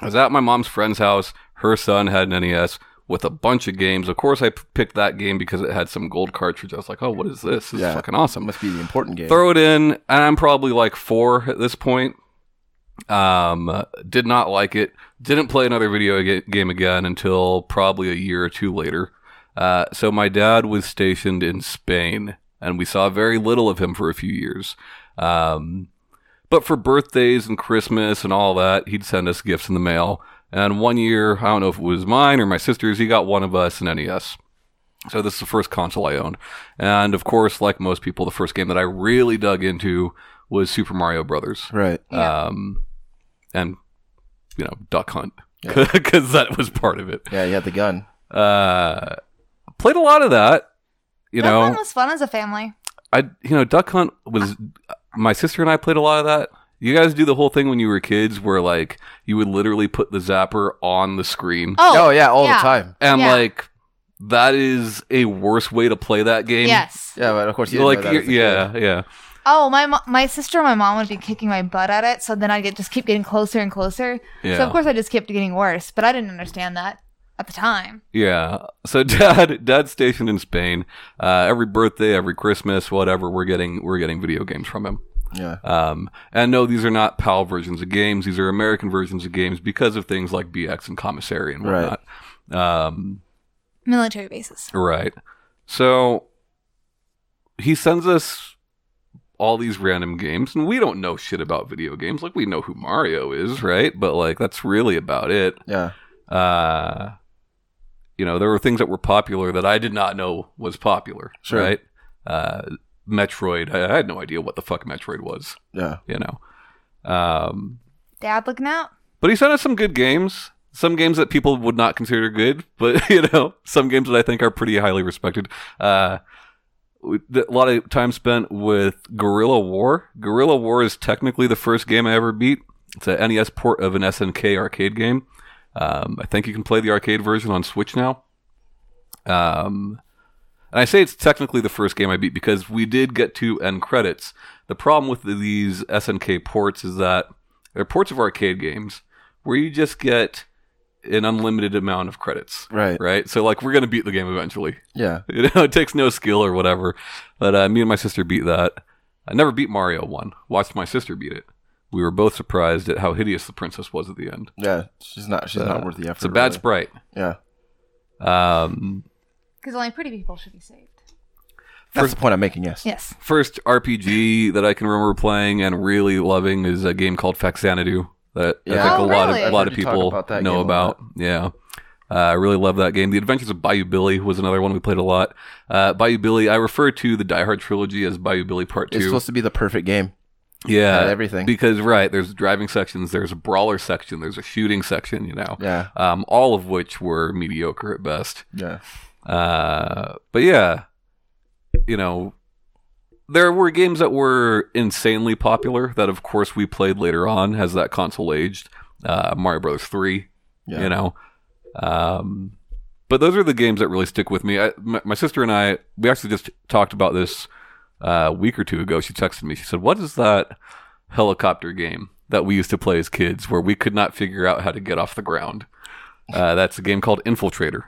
Speaker 2: I was at my mom's friend's house. Her son had an NES with a bunch of games. Of course, I p- picked that game because it had some gold cartridge. I was like, oh, what is this? This
Speaker 1: Yeah.
Speaker 2: is fucking
Speaker 1: That
Speaker 2: awesome.
Speaker 1: must be the important game.
Speaker 2: Throw it in, and I'm probably like four at this point. Um, did not like it. Didn't play another video ga- game again until probably a year or two later. Uh, so my dad was stationed in Spain, and we saw very little of him for a few years. Um, but for birthdays and Christmas and all that, he'd send us gifts in the mail. And one year, I don't know if it was mine or my sister's, he got one of us an NES. So this is the first console I owned. And of course, like most people, the first game that I really dug into was Super Mario Brothers.
Speaker 1: right.
Speaker 3: Yeah.
Speaker 2: Um, and you know, Duck Hunt
Speaker 1: Yeah.
Speaker 2: because that was part of it.
Speaker 1: Yeah, you had the gun.
Speaker 2: Uh, played a lot of that. You
Speaker 3: that
Speaker 2: know,
Speaker 3: one was fun as a family.
Speaker 2: I you know Duck Hunt was my sister and I played a lot of that. You guys do the whole thing when you were kids where like you would literally put the zapper on the screen.
Speaker 1: Oh,
Speaker 3: Oh,
Speaker 1: yeah, all the
Speaker 3: yeah.
Speaker 1: time.
Speaker 2: and
Speaker 3: yeah.
Speaker 2: like that is a worse way to play that game.
Speaker 3: yes.
Speaker 1: Yeah, but of course you didn't
Speaker 2: Like
Speaker 1: know that as a kid.
Speaker 2: yeah, yeah.
Speaker 3: Oh, my mo- my sister and my mom would be kicking my butt at it, so then I'd get just keep getting closer and closer. So
Speaker 2: Yeah.
Speaker 3: of course I just kept getting worse, but I didn't understand that at the time.
Speaker 2: Yeah. So dad, dad's stationed in Spain. Uh, every birthday, every Christmas, whatever, we're getting we're getting video games from him.
Speaker 1: Yeah.
Speaker 2: Um, and no, these are not PAL versions of games. These are American versions of games because of things like BX and Commissary and
Speaker 1: Right.
Speaker 2: whatnot. Um,
Speaker 3: Military bases.
Speaker 2: Right. So he sends us all these random games, and we don't know shit about video games. Like we know who Mario is, right? But like that's really about it.
Speaker 1: Yeah.
Speaker 2: Uh, you know, there were things that were popular that I did not know was popular.
Speaker 1: Sure.
Speaker 2: Right. Uh, Metroid. I, I had no idea what the fuck Metroid was.
Speaker 1: Yeah.
Speaker 2: You know. Um,
Speaker 3: Dad looking out.
Speaker 2: but he sent us some good games. Some games that people would not consider good, but you know, some games that I think are pretty highly respected. Uh, we, th- a lot of time spent with Guerrilla War. Guerrilla War is technically the first game I ever beat. It's a NES port of an SNK arcade game. Um, I think you can play the arcade version on Switch now. Um, and I say it's technically the first game I beat because we did get to end credits. The problem with these SNK ports is that they're ports of arcade games where you just get an unlimited amount of credits,
Speaker 1: Right.
Speaker 2: right? So, like, we're going to beat the game eventually.
Speaker 1: Yeah.
Speaker 2: You know, it takes no skill or whatever. But uh, me and my sister beat that. I never beat Mario 1. Watched my sister beat it. We were both surprised at how hideous the princess was at the end.
Speaker 1: Yeah. She's not. She's
Speaker 2: Uh,
Speaker 1: not worth the effort.
Speaker 2: It's a bad
Speaker 1: really.
Speaker 2: sprite.
Speaker 1: Yeah.
Speaker 2: Um,
Speaker 3: Because only pretty people should be saved.
Speaker 1: That's the point I'm making. Yes.
Speaker 3: Yes.
Speaker 2: first RPG that I can remember playing and really loving is a game called Faxanadu that I
Speaker 1: Yeah.
Speaker 2: think
Speaker 3: Oh,
Speaker 2: a lot
Speaker 3: really?
Speaker 2: of
Speaker 3: I've
Speaker 2: a lot
Speaker 1: heard
Speaker 2: of
Speaker 1: you talk
Speaker 2: people
Speaker 1: about that game
Speaker 2: know
Speaker 1: a
Speaker 2: about.
Speaker 1: lot.
Speaker 2: Yeah. Uh, I really love that game. The Adventures of Bayou Billy was another one we played a lot. Uh, Bayou Billy, I refer to the Die Hard trilogy as Bayou Billy Part Two.
Speaker 1: It's supposed to be the perfect game.
Speaker 2: yeah,
Speaker 1: at everything.
Speaker 2: Because right, there's driving sections, there's a brawler section, there's a shooting section. You know,
Speaker 1: Yeah.
Speaker 2: um, all of which were mediocre at best.
Speaker 1: Yeah.
Speaker 2: Uh, but yeah, you know, there were games that were insanely popular that, of course, we played later on as that console aged. Uh, Mario Bros. Three,
Speaker 1: Yeah.
Speaker 2: you know, um, but those are the games that really stick with me. I, my, my sister and I, we actually just talked about this uh, a week or two ago. She texted me. She said, "What is that helicopter game that we used to play as kids, where we could not figure out how to get off the ground?" Uh, that's a game called Infiltrator.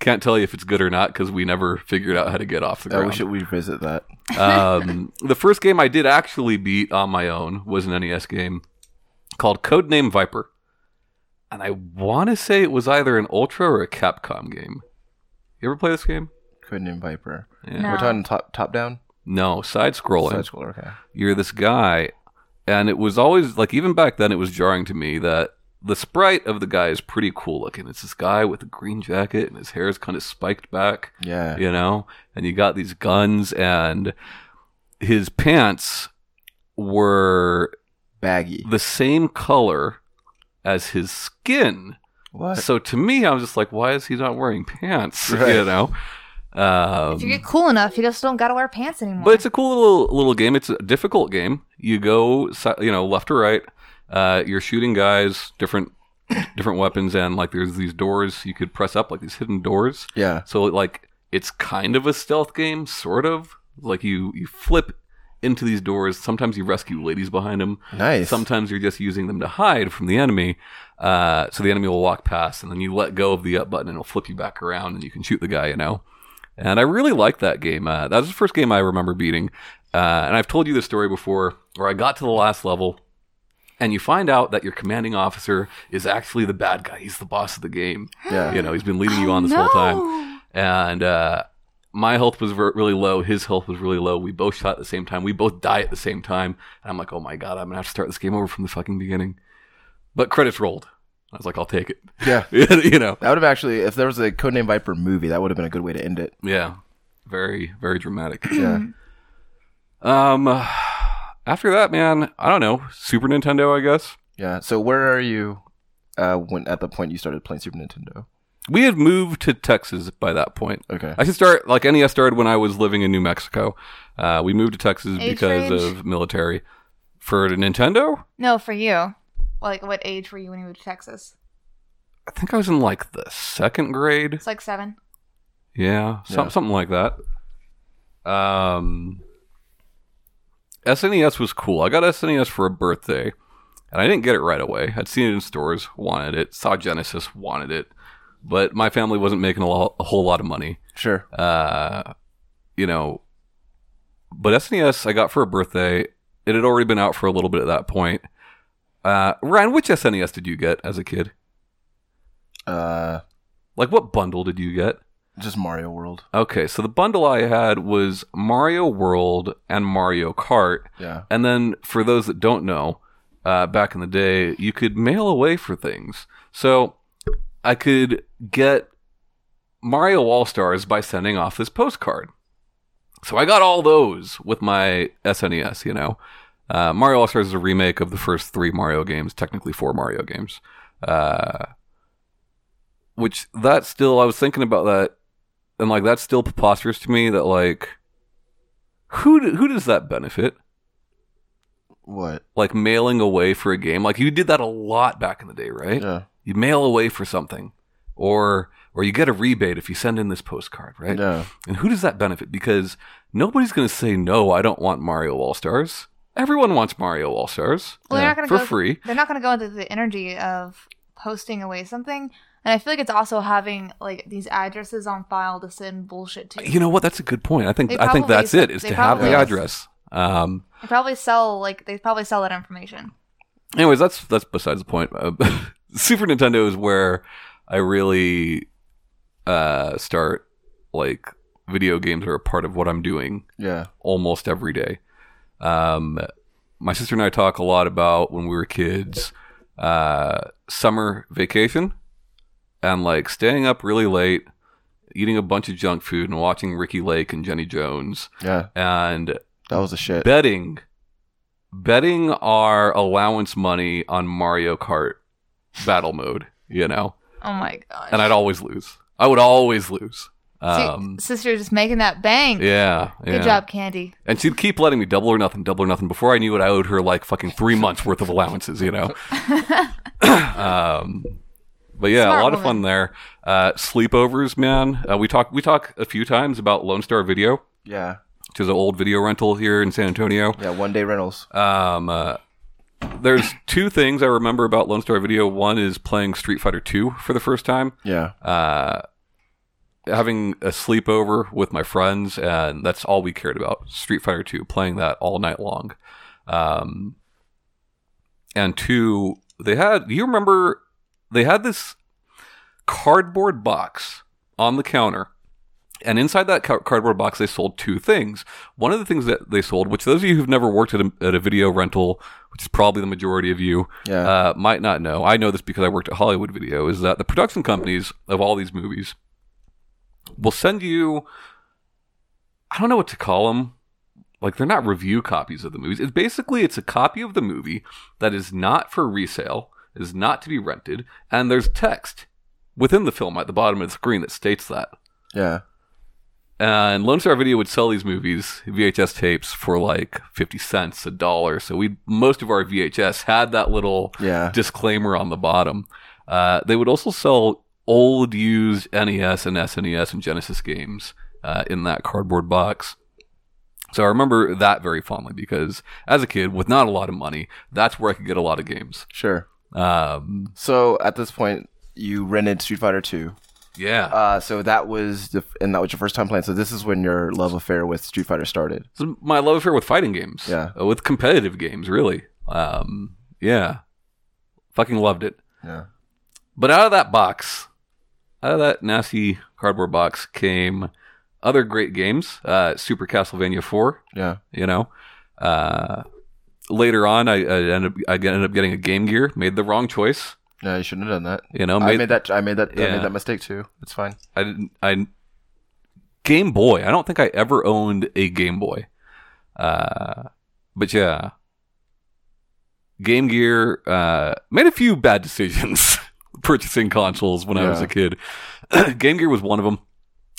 Speaker 2: Can't tell you if it's good or not because we never figured out how to get off the
Speaker 1: Yeah,
Speaker 2: ground.
Speaker 1: we should revisit that.
Speaker 2: um, the first game I did actually beat on my own was an NES game called Codename Viper. And I want to say it was either an Ultra or a Capcom game. You ever play this game?
Speaker 1: Couldn't Viper.
Speaker 2: Yeah.
Speaker 3: No.
Speaker 1: We're talking top top down.
Speaker 2: No, side scrolling.
Speaker 1: Side scroller, Okay.
Speaker 2: You're this guy. And it was always, like, even back then, it was jarring to me that the sprite of the guy is pretty cool looking. It's this guy with a green jacket and his hair is kind of spiked back.
Speaker 1: Yeah.
Speaker 2: you know and you got these guns and his pants were
Speaker 1: Baggy.
Speaker 2: the same color as his skin
Speaker 1: What?
Speaker 2: so to me i was just like why is he not wearing pants you
Speaker 1: Right.
Speaker 2: know
Speaker 3: if you
Speaker 2: um,
Speaker 3: get cool enough, you just don't gotta wear pants anymore.
Speaker 2: but it's a cool little little game it's a difficult game you go si- you know left to right uh, you're shooting guys different different weapons and like there's these doors you could press up like these hidden doors
Speaker 1: yeah.
Speaker 2: So like it's kind of a stealth game, sort of. Like you you flip into these doors. Sometimes you rescue ladies behind them.
Speaker 1: Nice.
Speaker 2: Sometimes you're just using them to hide from the enemy. Uh, so the enemy will walk past, and then you let go of the up button, and it'll flip you back around, and you can shoot the guy. You know. And I really liked that game. Uh, that was the first game I remember beating. Uh, and I've told you this story before, where I got to the last level, and you find out that your commanding officer is actually the bad guy. He's the boss of the game.
Speaker 1: Yeah.
Speaker 2: You know, he's been leading
Speaker 3: Oh,
Speaker 2: you on this whole time and uh, my health was ver- really low. His health was really low. We both shot at the same time. We both die at the same time. And I'm like, oh my god, I'm gonna have to start this game over from the fucking beginning. But credits rolled. I was like, I'll take it.
Speaker 1: Yeah.
Speaker 2: you know,
Speaker 1: That would have actually, if there was a Codename Viper movie, that would have been a good way to end it.
Speaker 2: yeah, very very dramatic.
Speaker 1: Yeah.
Speaker 2: Um, after that, man, I don't know. Super Nintendo, I guess.
Speaker 1: Yeah. So where are you uh, when at the point you started playing Super Nintendo?
Speaker 2: We had moved to Texas by that point.
Speaker 1: Okay.
Speaker 2: I should start like NES started when I was living in New Mexico. Uh, we moved to Texas
Speaker 3: Age
Speaker 2: because
Speaker 3: range?
Speaker 2: of military. For Nintendo,
Speaker 3: No, for you. Like, what age were you when you moved to Texas?
Speaker 2: I think I was in like the second grade.
Speaker 3: It's like seven.
Speaker 2: Yeah, some,
Speaker 1: Yeah.
Speaker 2: something like that. Um, SNES was cool. I got SNES for a birthday, and I didn't get it right away. I'd seen it in stores, wanted it. Saw Genesis, wanted it, but my family wasn't making a, lo- a whole lot of money.
Speaker 1: Sure.
Speaker 2: Uh, you know, but SNES I got for a birthday. It had already been out for a little bit at that point. Uh, Ryan, which SNES did you get as a kid?
Speaker 1: Uh,
Speaker 2: Like, what bundle did you get?
Speaker 1: just Mario World.
Speaker 2: Okay, so the bundle I had was Mario World and Mario Kart.
Speaker 1: Yeah.
Speaker 2: And then for those that don't know, uh, back in the day, you could mail away for things. So I could get Mario All Stars by sending off this postcard. So I got all those with my SNES, you know. Uh, Mario All Stars is a remake of the first three Mario games, technically four Mario games. Uh, which that still, I was thinking about that, and like that's still preposterous to me that like Who do, who does that benefit?
Speaker 1: What?
Speaker 2: Like mailing away for a game. Like you did that a lot back in the day, right?
Speaker 1: Yeah.
Speaker 2: You mail away for something, or or you get a rebate if you send in this postcard, right?
Speaker 1: Yeah.
Speaker 2: And who does that benefit? Because nobody's going to say no. I don't want Mario All Stars. Everyone wants Mario All Stars
Speaker 3: Well,
Speaker 1: Yeah,
Speaker 3: they're not gonna
Speaker 2: for
Speaker 3: go
Speaker 2: free.
Speaker 3: They're not going to go into the energy of posting away something. And I feel like it's also having like these addresses on file to send bullshit to.
Speaker 2: You know what? That's a good point. I think
Speaker 3: They
Speaker 2: I think
Speaker 3: probably-
Speaker 2: that's it. Is
Speaker 3: they
Speaker 2: to have the
Speaker 1: probably-
Speaker 2: address. Um,
Speaker 3: They probably sell like they probably sell that information.
Speaker 2: anyways, that's that's besides the point. Uh, Super Nintendo is where I really uh, start like video games are a part of what I'm doing
Speaker 1: Yeah.
Speaker 2: almost every day. Um, my sister and I talk a lot about when we were kids, uh, summer vacation, and like staying up really late, eating a bunch of junk food, and watching Ricky Lake and Jenny Jones,
Speaker 1: Yeah.
Speaker 2: and
Speaker 1: That was a shit.
Speaker 2: betting betting our allowance money on Mario Kart battle mode, you know.
Speaker 3: Oh my gosh.
Speaker 2: And I'd always lose. I would always lose.
Speaker 3: See,
Speaker 2: Um
Speaker 3: sister just making that bank.
Speaker 2: yeah, yeah.
Speaker 3: Good job, Candy.
Speaker 2: And she'd keep letting me double or nothing, double or nothing. Before I knew it, I owed her like fucking three months worth of allowances, you know. um, but yeah,
Speaker 3: Smart
Speaker 2: a lot of
Speaker 3: woman.
Speaker 2: fun there. Uh, sleepovers, man. Uh, we talk we talk a few times about Lone Star Video,
Speaker 1: Yeah.
Speaker 2: which is an old video rental here in San Antonio.
Speaker 1: Yeah. One day rentals.
Speaker 2: Um, uh, there's two things I remember about Lone Star Video. One is playing Street Fighter Two for the first time,
Speaker 1: Yeah.
Speaker 2: uh, having a sleepover with my friends, and that's all we cared about: Street Fighter Two, playing that all night long. Um, and two, they had. Do you remember they had this cardboard box on the counter? And inside that ca- cardboard box, they sold two things. One of the things that they sold, which those of you who've never worked at a, at a video rental, which is probably the majority of you,
Speaker 1: Yeah.
Speaker 2: uh, might not know. I know this because I worked at Hollywood Video. Is that the production companies of all these movies will send you? I don't know what to call them. Like they're not review copies of the movies. It's basically it's a copy of the movie that is not for resale, is not to be rented, and there's text within the film at the bottom of the screen that states that.
Speaker 1: yeah.
Speaker 2: And Lone Star Video would sell these movies, VHS tapes, for like 50 cents, a dollar. So we most of our VHS had that little
Speaker 1: Yeah.
Speaker 2: disclaimer on the bottom. Uh, they would also sell old used NES and SNES and Genesis games uh, in that cardboard box. So I remember that very fondly because as a kid with not a lot of money, that's where I could get a lot of games.
Speaker 1: Sure.
Speaker 2: Um,
Speaker 1: So at this point, you rented Street Fighter Two.
Speaker 2: yeah.
Speaker 1: Uh, so that was the, and that was your first time playing. So this is when your love affair with Street Fighter started.
Speaker 2: So my love affair with fighting games.
Speaker 1: Yeah.
Speaker 2: Uh, With competitive games, really. Um, yeah. Fucking loved it.
Speaker 1: Yeah.
Speaker 2: But out of that box, out of that nasty cardboard box came other great games. Uh, Super Castlevania 4,
Speaker 1: Yeah.
Speaker 2: you know. Uh, later on, I, I, ended up, I ended up getting a Game Gear, made the wrong choice.
Speaker 1: Yeah. You shouldn't have done that.
Speaker 2: You know,
Speaker 1: I made that. I made that. I
Speaker 2: Yeah.
Speaker 1: made that mistake too. It's fine.
Speaker 2: I didn't. I Game Boy. I don't think I ever owned a Game Boy. Uh, but yeah, Game Gear uh, made a few bad decisions purchasing consoles when I was
Speaker 1: Yeah.
Speaker 2: a kid. Game Gear was one of them.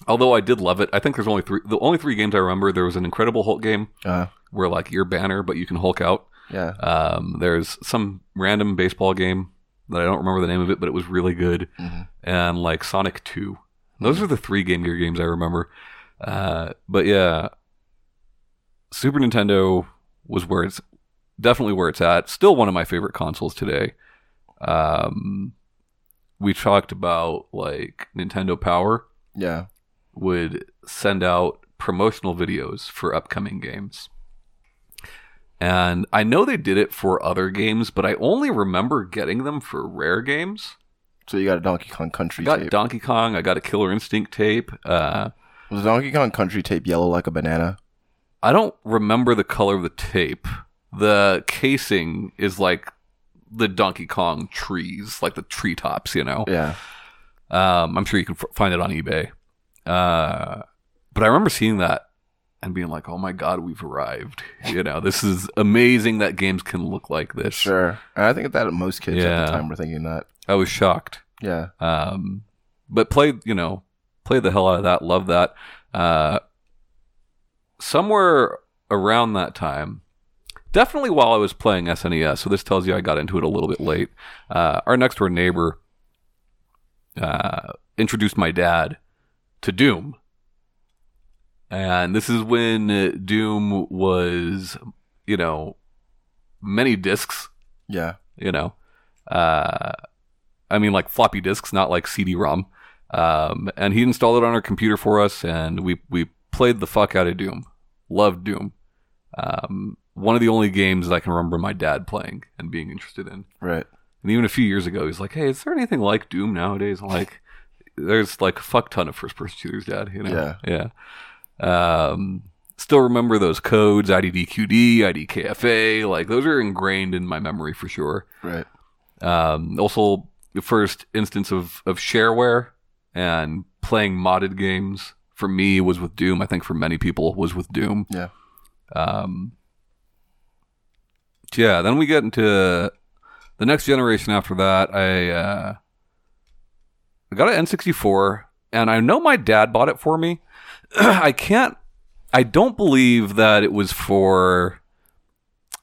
Speaker 2: Although I did love it, I think there's only three. The only three games I remember there was an Incredible Hulk game
Speaker 1: Uh,
Speaker 2: where like you're Banner, but you can Hulk out.
Speaker 1: yeah.
Speaker 2: Um, there's some random baseball game that I don't remember the name of it, but it was really good.
Speaker 1: Mhm.
Speaker 2: And like Sonic 2. Those are the three Game Gear games I remember. Uh, but yeah, Super Nintendo was where it's definitely where it's at. Still one of my favorite consoles today. Um, we talked about like Nintendo Power
Speaker 1: Yeah.
Speaker 2: would send out promotional videos for upcoming games. And I know they did it for other games, but I only remember getting them for rare games.
Speaker 1: So you got a Donkey Kong
Speaker 2: I
Speaker 1: Country
Speaker 2: got
Speaker 1: tape.
Speaker 2: Donkey Kong, I got a Killer Instinct tape. Uh,
Speaker 1: was Donkey Kong Country tape yellow like a banana?
Speaker 2: I don't remember the color of the tape. The casing is like the Donkey Kong trees, like the treetops, you know?
Speaker 1: Yeah.
Speaker 2: Um, I'm sure you can f- find it on eBay. Uh, but I remember seeing that and being like, "Oh my god, we've arrived!" You know, this is amazing that games can look like this.
Speaker 1: Sure. And I think that most kids at
Speaker 2: Yeah.
Speaker 1: the time were thinking that.
Speaker 2: I was shocked,
Speaker 1: Yeah.
Speaker 2: um, but played you know played the hell out of that. Loved that. Uh, somewhere around that time, definitely while I was playing SNES, so this tells you I got into it a little bit late. Uh, our next door neighbor uh, introduced my dad to Doom. And this is when uh, Doom was, you know, many discs,
Speaker 1: Yeah.
Speaker 2: you know. Uh, I mean, like floppy discs, not like CD ROM. Um, and he installed it on our computer for us, and we, we played the fuck out of Doom. Loved Doom. Um, one of the only games that I can remember my dad playing and being interested in.
Speaker 1: Right.
Speaker 2: And even a few years ago, he's like, "Hey, is there anything like Doom nowadays?" I'm like, "There's like a fuck ton of first-person shooters, Dad." You know? Yeah, yeah. Um, still remember those codes: IDDQD, IDKFA. Like those are ingrained in my memory for sure.
Speaker 1: Right.
Speaker 2: Um, also, the first instance of of shareware and playing modded games for me was with Doom. I think for many people was with Doom.
Speaker 1: Yeah.
Speaker 2: Um, yeah, then we get into the next generation after that. I uh, I got an N64, and I know my dad bought it for me. I can't. I don't believe that it was for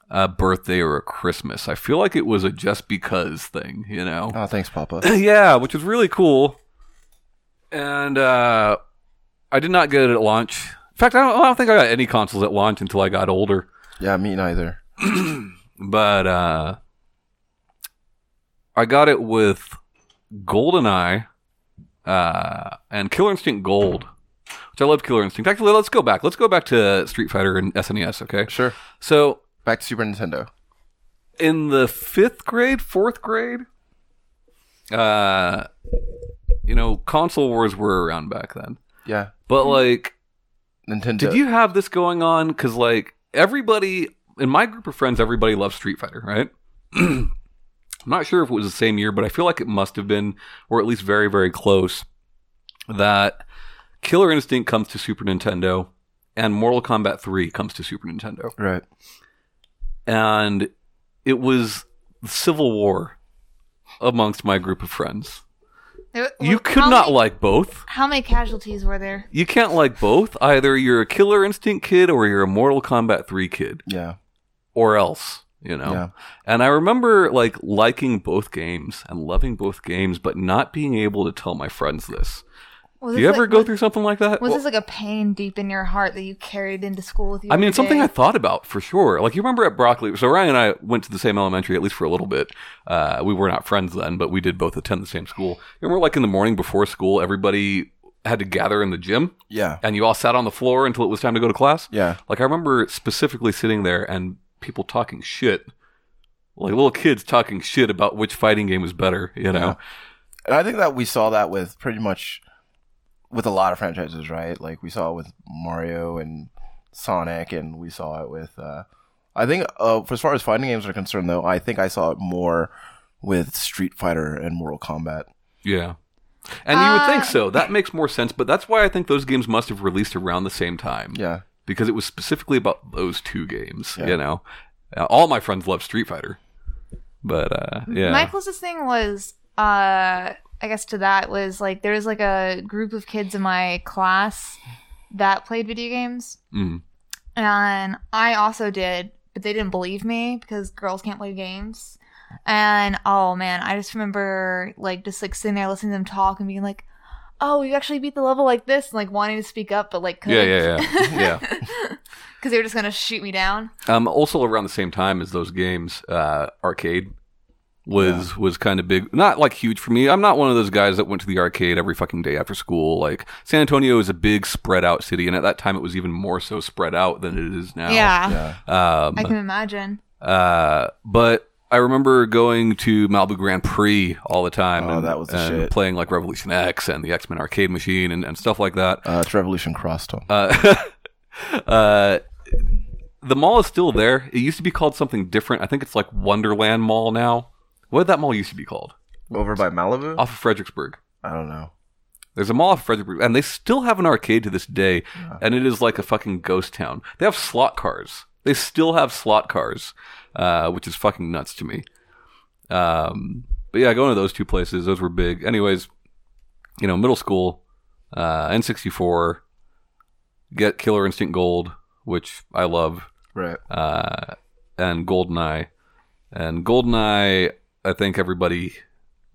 Speaker 2: a birthday or a Christmas. I feel like it was a just because thing, you know.
Speaker 1: Oh, thanks, Papa.
Speaker 2: yeah, which was really cool. And uh, I did not get it at launch. In fact, I don't, I don't think I got any consoles at launch until I got older.
Speaker 1: Yeah, me neither.
Speaker 2: But uh, I got it with GoldenEye uh, and Killer Instinct Gold, which I love Killer Instinct. Actually, let's go back. Let's go back to Street Fighter and SNES, okay?
Speaker 1: Sure.
Speaker 2: So
Speaker 1: Back to Super Nintendo.
Speaker 2: in the fifth grade, fourth grade, uh, you know, console wars were around back then.
Speaker 1: Yeah.
Speaker 2: But like,
Speaker 1: Nintendo.
Speaker 2: did you have this going on? Because like everybody in my group of friends, everybody loved Street Fighter, right? I'm not sure if it was the same year, but I feel like it must have been, or at least very, very close. That Killer Instinct comes to Super Nintendo, and Mortal Kombat 3 comes to Super Nintendo
Speaker 1: Right.
Speaker 2: and it was the civil war amongst my group of friends.
Speaker 3: There-
Speaker 2: You could
Speaker 3: how
Speaker 2: not
Speaker 3: many-
Speaker 2: like both.
Speaker 3: How many casualties were there?
Speaker 2: You can't like both. Either you're a Killer Instinct kid or you're a Mortal Kombat 3 kid,
Speaker 1: Yeah.
Speaker 2: or else, you know.
Speaker 1: Yeah.
Speaker 2: And I remember like liking both games and loving both games, but not being able to tell my friends this.
Speaker 3: Was
Speaker 2: Do
Speaker 3: this
Speaker 2: you ever
Speaker 3: like-
Speaker 2: go
Speaker 3: was-
Speaker 2: through something like that?
Speaker 3: Was this like a pain deep in your heart that you carried into school with you?
Speaker 2: I mean,
Speaker 3: every
Speaker 2: it's something
Speaker 3: day?
Speaker 2: I thought about for sure. Like you remember at Broccoli, so Ryan and I went to the same elementary at least for a little bit. Uh, we were not friends then, but we did both attend the same school. You remember, like in the morning before school, everybody had to gather in the gym,
Speaker 1: Yeah.
Speaker 2: and you all sat on the floor until it was time to go to class.
Speaker 1: Yeah.
Speaker 2: Like I remember specifically sitting there and people talking shit, like little kids talking shit about which fighting game was better. You know,
Speaker 1: And I think that we saw that with pretty much with a lot of franchises, right? Like we saw it with Mario and Sonic, and we saw it with. Uh, I think, uh, for as far as fighting games are concerned, though, I think I saw it more with Street Fighter and Mortal Kombat.
Speaker 2: Yeah. And you would
Speaker 3: Uh,
Speaker 2: think so. That makes more sense, but that's why I think those games must have released around the same time.
Speaker 1: Yeah,
Speaker 2: because it was specifically about those two games.
Speaker 1: Yeah.
Speaker 2: You know, Uh, all my friends love Street Fighter, but uh, yeah,
Speaker 3: My closest thing was, uh, I guess to that was like there was like a group of kids in my class that played video games,
Speaker 2: Mm.
Speaker 3: and I also did, but they didn't believe me because girls can't play games. And oh man, I just remember like just like sitting there listening to them talk and being like, "Oh, you actually beat the level like this," and like wanting to speak up, but like
Speaker 2: yeah,
Speaker 3: couldn't.
Speaker 2: yeah, yeah, yeah.
Speaker 3: Because they were just gonna shoot me down.
Speaker 2: Um, also around the same time as those games, uh, arcade was was kind of big. Not like huge for me. I'm not one of those guys that went to the arcade every fucking day after school. Like San Antonio is a big spread out city, and at that time it was even more so spread out than it is now.
Speaker 3: yeah,
Speaker 1: yeah,
Speaker 2: Um,
Speaker 3: I can imagine.
Speaker 2: Uh, but I remember going to Malibu Grand Prix all the time.
Speaker 1: Oh,
Speaker 2: and,
Speaker 1: that was the
Speaker 2: and
Speaker 1: shit.
Speaker 2: playing like Revolution X and the X Men arcade machine and, and stuff like that.
Speaker 1: uh, it's Revolution Crosstalk.
Speaker 2: Uh, uh, the mall is still there. It used to be called something different. I think it's like Wonderland Mall now. What did that mall used to be called?
Speaker 1: Over by Malibu,
Speaker 2: Off of Fredericksburg.
Speaker 1: I don't know.
Speaker 2: There's a mall off of Fredericksburg, and they still have an arcade to this day, and it is like a fucking ghost town. They have slot cars. They still have slot cars, uh, which is fucking nuts to me. Um, but yeah, going to those two places, those were big. Anyways, you know, middle school, uh, N64, get Killer Instinct Gold, which I love,
Speaker 1: Right.
Speaker 2: uh, and Goldeneye. And Goldeneye, I think everybody,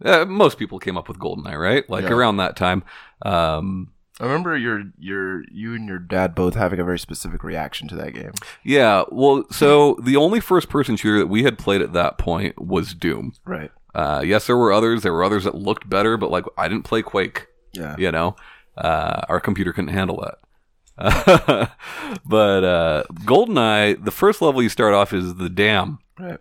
Speaker 2: uh, most people came up with Goldeneye, right? Like
Speaker 1: Yeah.
Speaker 2: around that time. Um,
Speaker 1: I remember your your you and your dad both having a very specific reaction to that game.
Speaker 2: yeah, well, so the only first person shooter that we had played at that point was Doom.
Speaker 1: Right.
Speaker 2: Uh, yes, there were others. There were others that looked better, but like I didn't play Quake.
Speaker 1: Yeah.
Speaker 2: you know uh, our computer couldn't handle that but uh, goldeneye the first level you start off is the dam
Speaker 1: Right.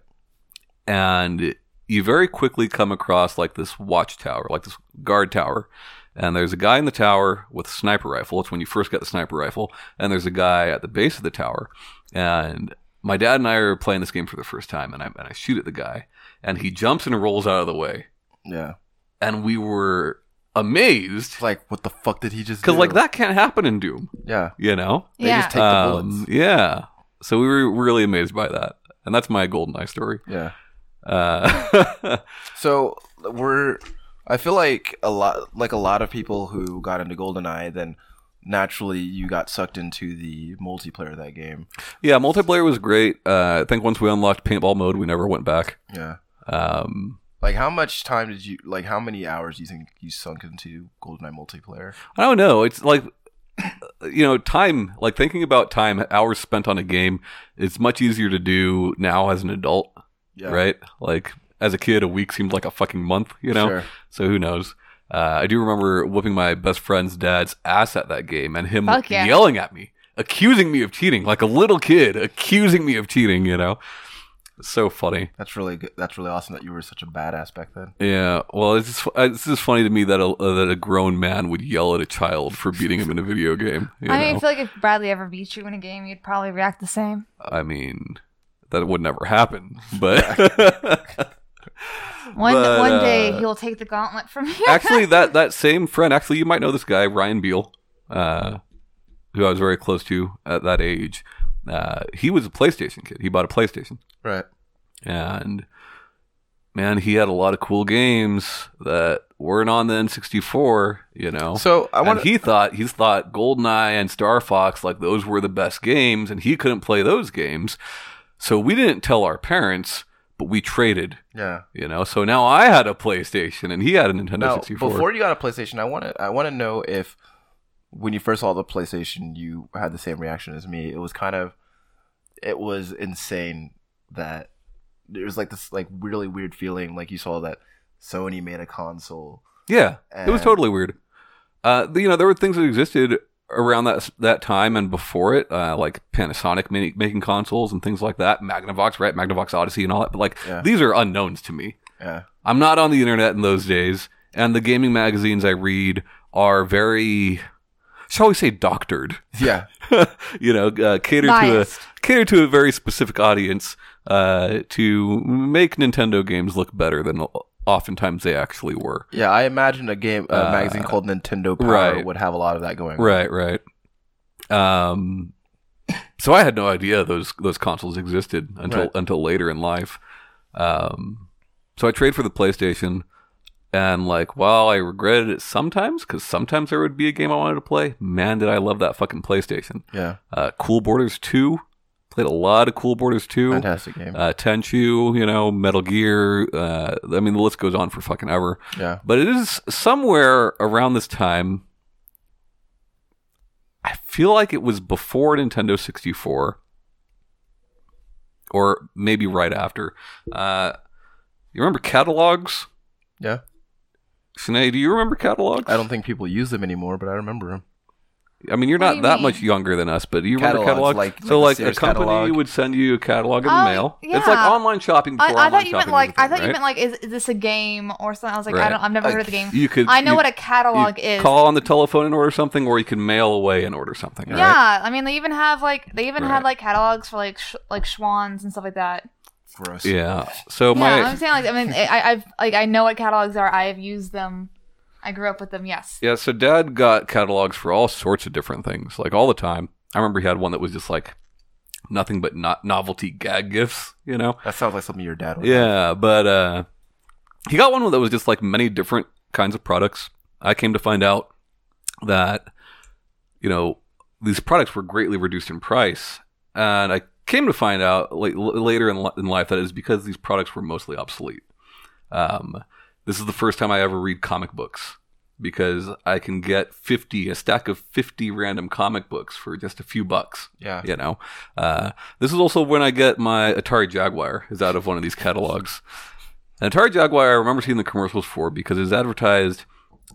Speaker 2: and you very quickly come across like this watchtower like this guard tower and there's a guy in the tower with a sniper rifle it's when you first get the sniper rifle and there's a guy at the base of the tower and my dad and i are playing this game for the first time and i, and I shoot at the guy and he jumps and rolls out of the way
Speaker 1: Yeah.
Speaker 2: and we were amazed
Speaker 1: It's like what the fuck did he just?
Speaker 2: because
Speaker 1: do?
Speaker 2: like that can't happen in doom
Speaker 1: Yeah.
Speaker 2: you know Um,
Speaker 1: They
Speaker 3: yeah.
Speaker 1: just take the bullets.
Speaker 2: yeah so we were really amazed by that and that's my golden eye story
Speaker 1: Yeah.
Speaker 2: uh,
Speaker 1: So we're. I feel like a lot, like a lot of people who got into GoldenEye, then naturally you got sucked into the multiplayer of that game.
Speaker 2: yeah multiplayer was great uh, i think once we unlocked paintball mode we never went back
Speaker 1: Yeah.
Speaker 2: um,
Speaker 1: Like how much time did you? Like how many hours do you think you sunk into GoldenEye multiplayer?
Speaker 2: i don't know it's like you know time like thinking about time hours spent on a game it's much easier to do now as an adult
Speaker 1: Yeah.
Speaker 2: right like as a kid a week seemed like a fucking month you know
Speaker 1: Sure.
Speaker 2: So who knows? Uh, I do remember whooping my best friend's dad's ass at that game and him
Speaker 3: Fuck yeah.
Speaker 2: yelling at me, accusing me of cheating, like a little kid accusing me of cheating, you know? So funny.
Speaker 1: That's really good. That's really awesome that you were such a badass back then.
Speaker 2: Yeah. Well, it's just, uh, it's just funny to me that a, uh, that a grown man would yell at a child for beating him in a video game. You
Speaker 3: I mean,
Speaker 2: know?
Speaker 3: I feel like if Bradley ever beat you in a game, you'd probably react the same.
Speaker 2: I mean, that would never happen. But
Speaker 3: One
Speaker 2: But,
Speaker 3: one day
Speaker 2: uh,
Speaker 3: he'll take the gauntlet from you.
Speaker 2: actually, that, that same friend, actually, you might know this guy, Ryan Beal, uh, who I was very close to at that age. Uh, he was a PlayStation kid. He bought a PlayStation,
Speaker 1: Right.
Speaker 2: and man, he had a lot of cool games that weren't on the N64. You know,
Speaker 1: So I want
Speaker 2: Oh. and he thought he thought GoldenEye and Star Fox like those were the best games, and he couldn't play those games. So we didn't tell our parents, but we traded.
Speaker 1: Yeah.
Speaker 2: You know, so now I had a PlayStation and he had a Nintendo
Speaker 1: Now,
Speaker 2: 64.
Speaker 1: before you got a PlayStation, I want to I want to know if when you first saw the PlayStation, you had the same reaction as me. It was kind of it was insane that there was like this like really weird feeling like you saw that Sony made a console.
Speaker 2: Yeah, it was
Speaker 1: And-
Speaker 2: totally weird. Uh, the- you know, there were things that existed around that that time and before it, uh, like Panasonic ma- making consoles and things like that, Magnavox, right? Magnavox Odyssey and all that. But like,
Speaker 1: Yeah.
Speaker 2: these are unknowns to me.
Speaker 1: Yeah.
Speaker 2: I'm not on the internet in those days, and the gaming magazines I read are very, shall we say, doctored.
Speaker 1: Yeah.
Speaker 2: you know, uh, cater
Speaker 3: Biased.
Speaker 2: to a cater to a very specific audience uh, to make Nintendo games look better than oftentimes they actually were.
Speaker 1: Yeah, I imagine a game a
Speaker 2: Uh,
Speaker 1: magazine called Nintendo Power
Speaker 2: right.
Speaker 1: would have a lot of that going. on.
Speaker 2: Right, right. Um, so I had no idea those those consoles existed until
Speaker 1: Right.
Speaker 2: until later in life. Um, so I traded for the PlayStation, and like, while I regretted it sometimes because sometimes there would be a game I wanted to play. Man, did I love that fucking PlayStation!
Speaker 1: Yeah.
Speaker 2: Uh, cool Borders Two, played a lot of Cool Borders Two.
Speaker 1: Fantastic game.
Speaker 2: Uh, Tenchu, you know, Metal Gear. Uh, I mean, the list goes on for fucking ever.
Speaker 1: yeah.
Speaker 2: But it is somewhere around this time. I feel like it was before Nintendo 64, or maybe right after. Uh, you remember catalogs?
Speaker 1: Yeah.
Speaker 2: Sinead, do you remember catalogs?
Speaker 1: I don't think people use them anymore, but I remember them.
Speaker 2: I mean, you're
Speaker 3: What
Speaker 2: not
Speaker 3: do you
Speaker 2: that
Speaker 3: mean?
Speaker 2: much younger than us, but do you remember
Speaker 1: Catalogs,
Speaker 2: catalogs?
Speaker 1: like-
Speaker 2: so,
Speaker 1: like
Speaker 2: like,
Speaker 1: the
Speaker 2: a
Speaker 1: Sears
Speaker 2: company
Speaker 1: catalog.
Speaker 2: would send you a catalog in
Speaker 3: Oh,
Speaker 2: the mail. It's like
Speaker 3: yeah.
Speaker 2: online shopping. Before
Speaker 3: I, I
Speaker 2: online
Speaker 3: thought you meant
Speaker 2: shopping was
Speaker 3: like
Speaker 2: a
Speaker 3: I
Speaker 2: thing,
Speaker 3: thought you
Speaker 2: right?
Speaker 3: meant like is, is this a game or something? I was like
Speaker 2: Right.
Speaker 3: I don't I've never
Speaker 1: Like,
Speaker 3: heard of the game.
Speaker 2: you could.
Speaker 3: I know
Speaker 2: you-
Speaker 3: what a catalog
Speaker 2: you
Speaker 3: is.
Speaker 2: Call on the telephone and order something, or you can mail away and order something. Right?
Speaker 3: Yeah, I mean they even have like they even
Speaker 2: Right.
Speaker 3: had like catalogs for like sh- like Schwans and stuff like that.
Speaker 1: Gross.
Speaker 2: Yeah. So
Speaker 3: yeah,
Speaker 2: my
Speaker 3: I'm saying like I mean I, I've like I know what catalogs are. I have used them. I grew up with them. Yes.
Speaker 2: yeah, so dad got catalogs for all sorts of different things, like all the time. I remember he had one that was just like nothing but not novelty gag gifts, you know.
Speaker 1: That sounds like something your dad would.
Speaker 2: Yeah, but uh he got one that was just like many different kinds of products. I came to find out that you know these products were greatly reduced in price, and I came to find out like, l- later in, li- in life that it is because these products were mostly obsolete. Um, this is the first time I ever read comic books because I can get fifty a stack of fifty random comic books for just a few bucks.
Speaker 1: Yeah.
Speaker 2: You know, uh, this is also when I get my Atari Jaguar is out of one of these catalogs. And Atari Jaguar, I remember seeing the commercials for because it's advertised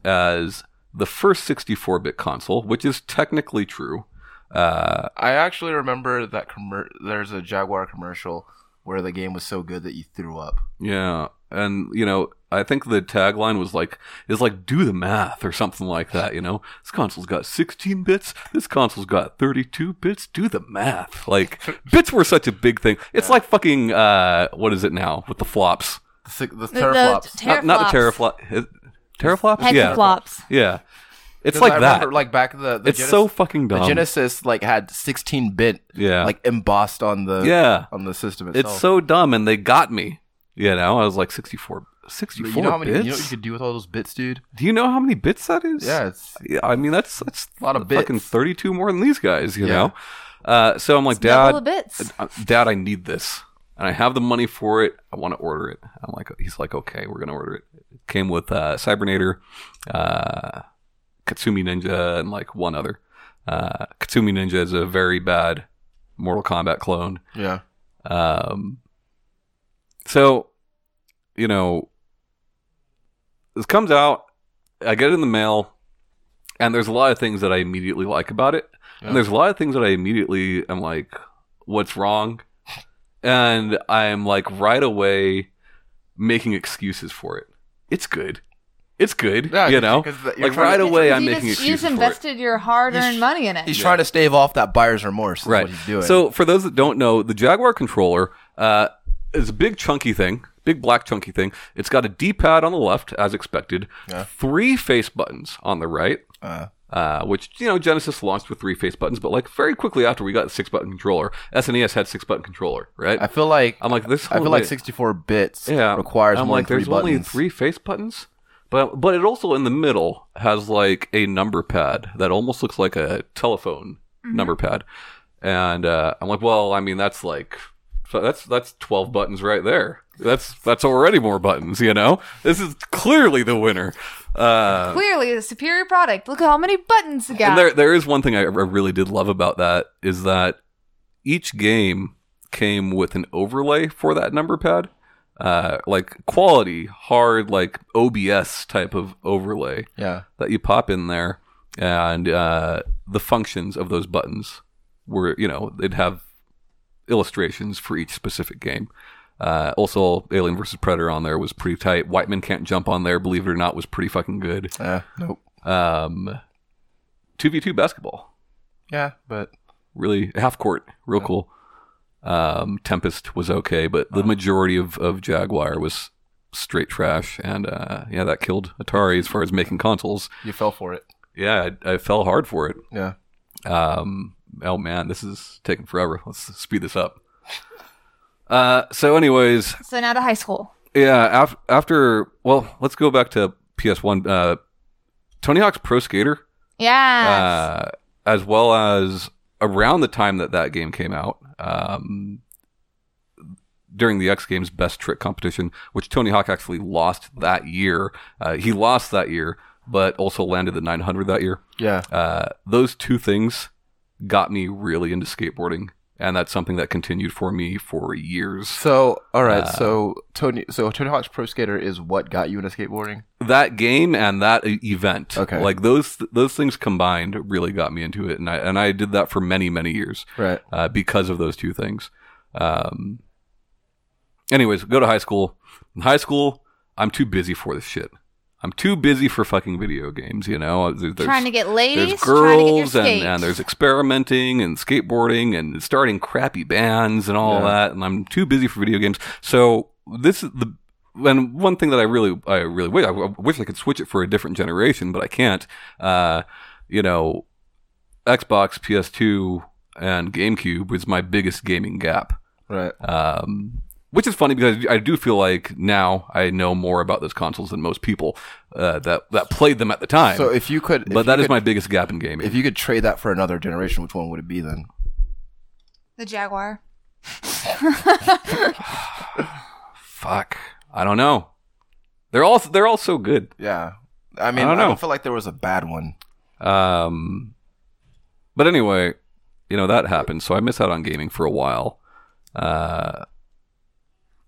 Speaker 2: as the first 64-bit console, which is technically true. Uh,
Speaker 1: I actually remember that commer- there's a Jaguar commercial where the game was so good that you threw up.
Speaker 2: yeah, and you know, I think the tagline was like is like do the math or something like that. You know, this console's got 16 bits. This console's got 32 bits. Do the math. Like bits were such a big thing. It's like fucking uh, what is it now with the flops?
Speaker 1: The, si- the
Speaker 3: The- the
Speaker 1: teraflops.
Speaker 3: ter-
Speaker 2: Not, not the teraflop. Teraflops. Yeah.
Speaker 4: Hexaflops.
Speaker 2: Yeah. It's
Speaker 1: 'Cause
Speaker 2: like
Speaker 1: I
Speaker 2: that.
Speaker 1: Remember, like back the, the
Speaker 2: it's
Speaker 1: Genes-
Speaker 2: so fucking dumb.
Speaker 1: the Genesis like had 16 bit
Speaker 2: yeah.
Speaker 1: like embossed on the
Speaker 2: yeah.
Speaker 1: on the system itself.
Speaker 2: It's so dumb and they got me. You know, I was like 64 64
Speaker 1: you know how many
Speaker 2: bits.
Speaker 1: you know what you could do with all those bits, dude?
Speaker 2: Do you know how many bits that is?
Speaker 1: Yeah, it's
Speaker 2: Yeah, I mean that's that's
Speaker 1: A lot of
Speaker 2: fucking
Speaker 1: bits.
Speaker 2: 32 more than these guys, you
Speaker 1: Yeah.
Speaker 2: know. Uh, so I'm like,
Speaker 3: Double the
Speaker 2: "Dad,
Speaker 3: bits.
Speaker 2: uh, Dad, I need this." And I have the money for it. I want to order it. I'm like he's like, "Okay, we're going to order it." It came with uh Cybernator, uh Katsumi Ninja and like one other. Uh Katsumi Ninja is a very bad Mortal Kombat clone.
Speaker 1: yeah.
Speaker 2: Um, so, you know, this comes out. I get it in the mail, and there's a lot of things that I immediately like about it,
Speaker 1: Yeah.
Speaker 2: and there's a lot of things that I immediately am like, "What's wrong?" And I'm like right away making excuses for it. It's good. It's good.
Speaker 1: Yeah,
Speaker 2: you
Speaker 1: 'cause-
Speaker 2: know,
Speaker 1: 'cause the- you're
Speaker 2: like
Speaker 1: trying
Speaker 2: right
Speaker 1: to-
Speaker 2: away, I'm
Speaker 3: you
Speaker 2: making
Speaker 3: just,
Speaker 2: excuses
Speaker 3: you just
Speaker 2: for it.
Speaker 3: invested your hard-earned
Speaker 1: He's-
Speaker 3: money in it.
Speaker 1: He's trying to stave off that buyer's remorse. is
Speaker 2: Right.
Speaker 1: what he's doing.
Speaker 2: So for those that don't know, the Jaguar controller uh, is a big chunky thing, big black chunky thing. It's got a D-pad on the left, as expected.
Speaker 1: Yeah.
Speaker 2: Three face buttons on the right.
Speaker 1: Uh.
Speaker 2: Uh, which you know Genesis launched with three face buttons, but like very quickly after we got the six button controller, SNES had six button controller, right?
Speaker 1: I feel like
Speaker 2: I'm like this.
Speaker 1: I
Speaker 2: whole
Speaker 1: feel like
Speaker 2: way-
Speaker 1: 64 bits
Speaker 2: yeah,
Speaker 1: requires
Speaker 2: I'm
Speaker 1: more
Speaker 2: like
Speaker 1: than three
Speaker 2: there's
Speaker 1: buttons.
Speaker 2: only three face buttons, but but it also in the middle has like a number pad that almost looks like a telephone number pad, and uh, I'm like, well, I mean that's like so that's that's twelve buttons right there. That's that's already more buttons, you know. This is clearly the winner. Uh,
Speaker 3: Clearly, a superior product. Look at how many buttons it got.
Speaker 2: and there, there is one thing I, I really did love about that is that each game came with an overlay for that number pad, uh, like quality, hard, like OBS type of overlay
Speaker 1: Yeah.
Speaker 2: that you pop in there, and uh, the functions of those buttons were, you know, they'd have illustrations for each specific game. Uh, also, Alien vs. Predator on there was pretty tight. White Men Can't Jump on there, believe it or not, was pretty fucking good.
Speaker 1: Uh, nope.
Speaker 2: Um, 2v2 basketball
Speaker 1: Yeah, but
Speaker 2: really half court, real cool. Um, Tempest was okay, but the majority of, of Jaguar was straight trash, and uh, yeah, that killed Atari as far as making consoles.
Speaker 1: you fell for it.
Speaker 2: Yeah, I, I fell hard for it.
Speaker 1: Yeah.
Speaker 2: Um, oh man, this is taking forever. Let's speed this up. Uh, so, anyways,
Speaker 3: so now to high school.
Speaker 2: yeah, af- after well, let's go back to PS1. Uh, Tony Hawk's Pro Skater
Speaker 3: Yes.
Speaker 2: uh, as well as around the time that that game came out um, during the X Games Best Trick competition, which Tony Hawk actually lost that year. Uh, he lost that year, but also landed the 900 that year.
Speaker 1: Yeah.
Speaker 2: Uh, those two things got me really into skateboarding, and that's something that continued for me for years.
Speaker 1: So, all right.
Speaker 2: Uh,
Speaker 1: so Tony, so Tony Hawk's Pro Skater is what got you into skateboarding.
Speaker 2: That game and that e- event,
Speaker 1: Okay.
Speaker 2: like those those things combined, really got me into it, and I and I did that for many many years.
Speaker 1: Right.
Speaker 2: uh, because of those two things. Um, anyways, go to high school. In high school, I'm too busy for this shit. I'm too busy for fucking video games, you know? There- There's,
Speaker 3: trying to get ladies.
Speaker 2: there's
Speaker 3: trying to get your
Speaker 2: girls and,
Speaker 3: skates.
Speaker 2: and there's experimenting and skateboarding and starting crappy bands and all
Speaker 1: Yeah.
Speaker 2: that. And I'm too busy for video games. So this is the. And one thing that I really, I really wish, I wish I could switch it for a different generation, but I can't. Uh, you know, Xbox, PS2, and GameCube was my biggest gaming gap.
Speaker 1: Right.
Speaker 2: Um, which is funny because I do feel like now I know more about those consoles than most people uh, that that played them at the time.
Speaker 1: So if you could, if
Speaker 2: but
Speaker 1: you
Speaker 2: that is
Speaker 1: could-
Speaker 2: my biggest gap in gaming.
Speaker 1: If you could trade that for another generation, which one would it be then?
Speaker 3: The Jaguar.
Speaker 2: Fuck, I don't know. They're all they're all so good.
Speaker 1: Yeah, I mean,
Speaker 2: I
Speaker 1: I
Speaker 2: don't
Speaker 1: don't,
Speaker 2: know.
Speaker 1: feel like there was a bad one.
Speaker 2: Um, but anyway, you know that happened, so I missed out on gaming for a while. Uh,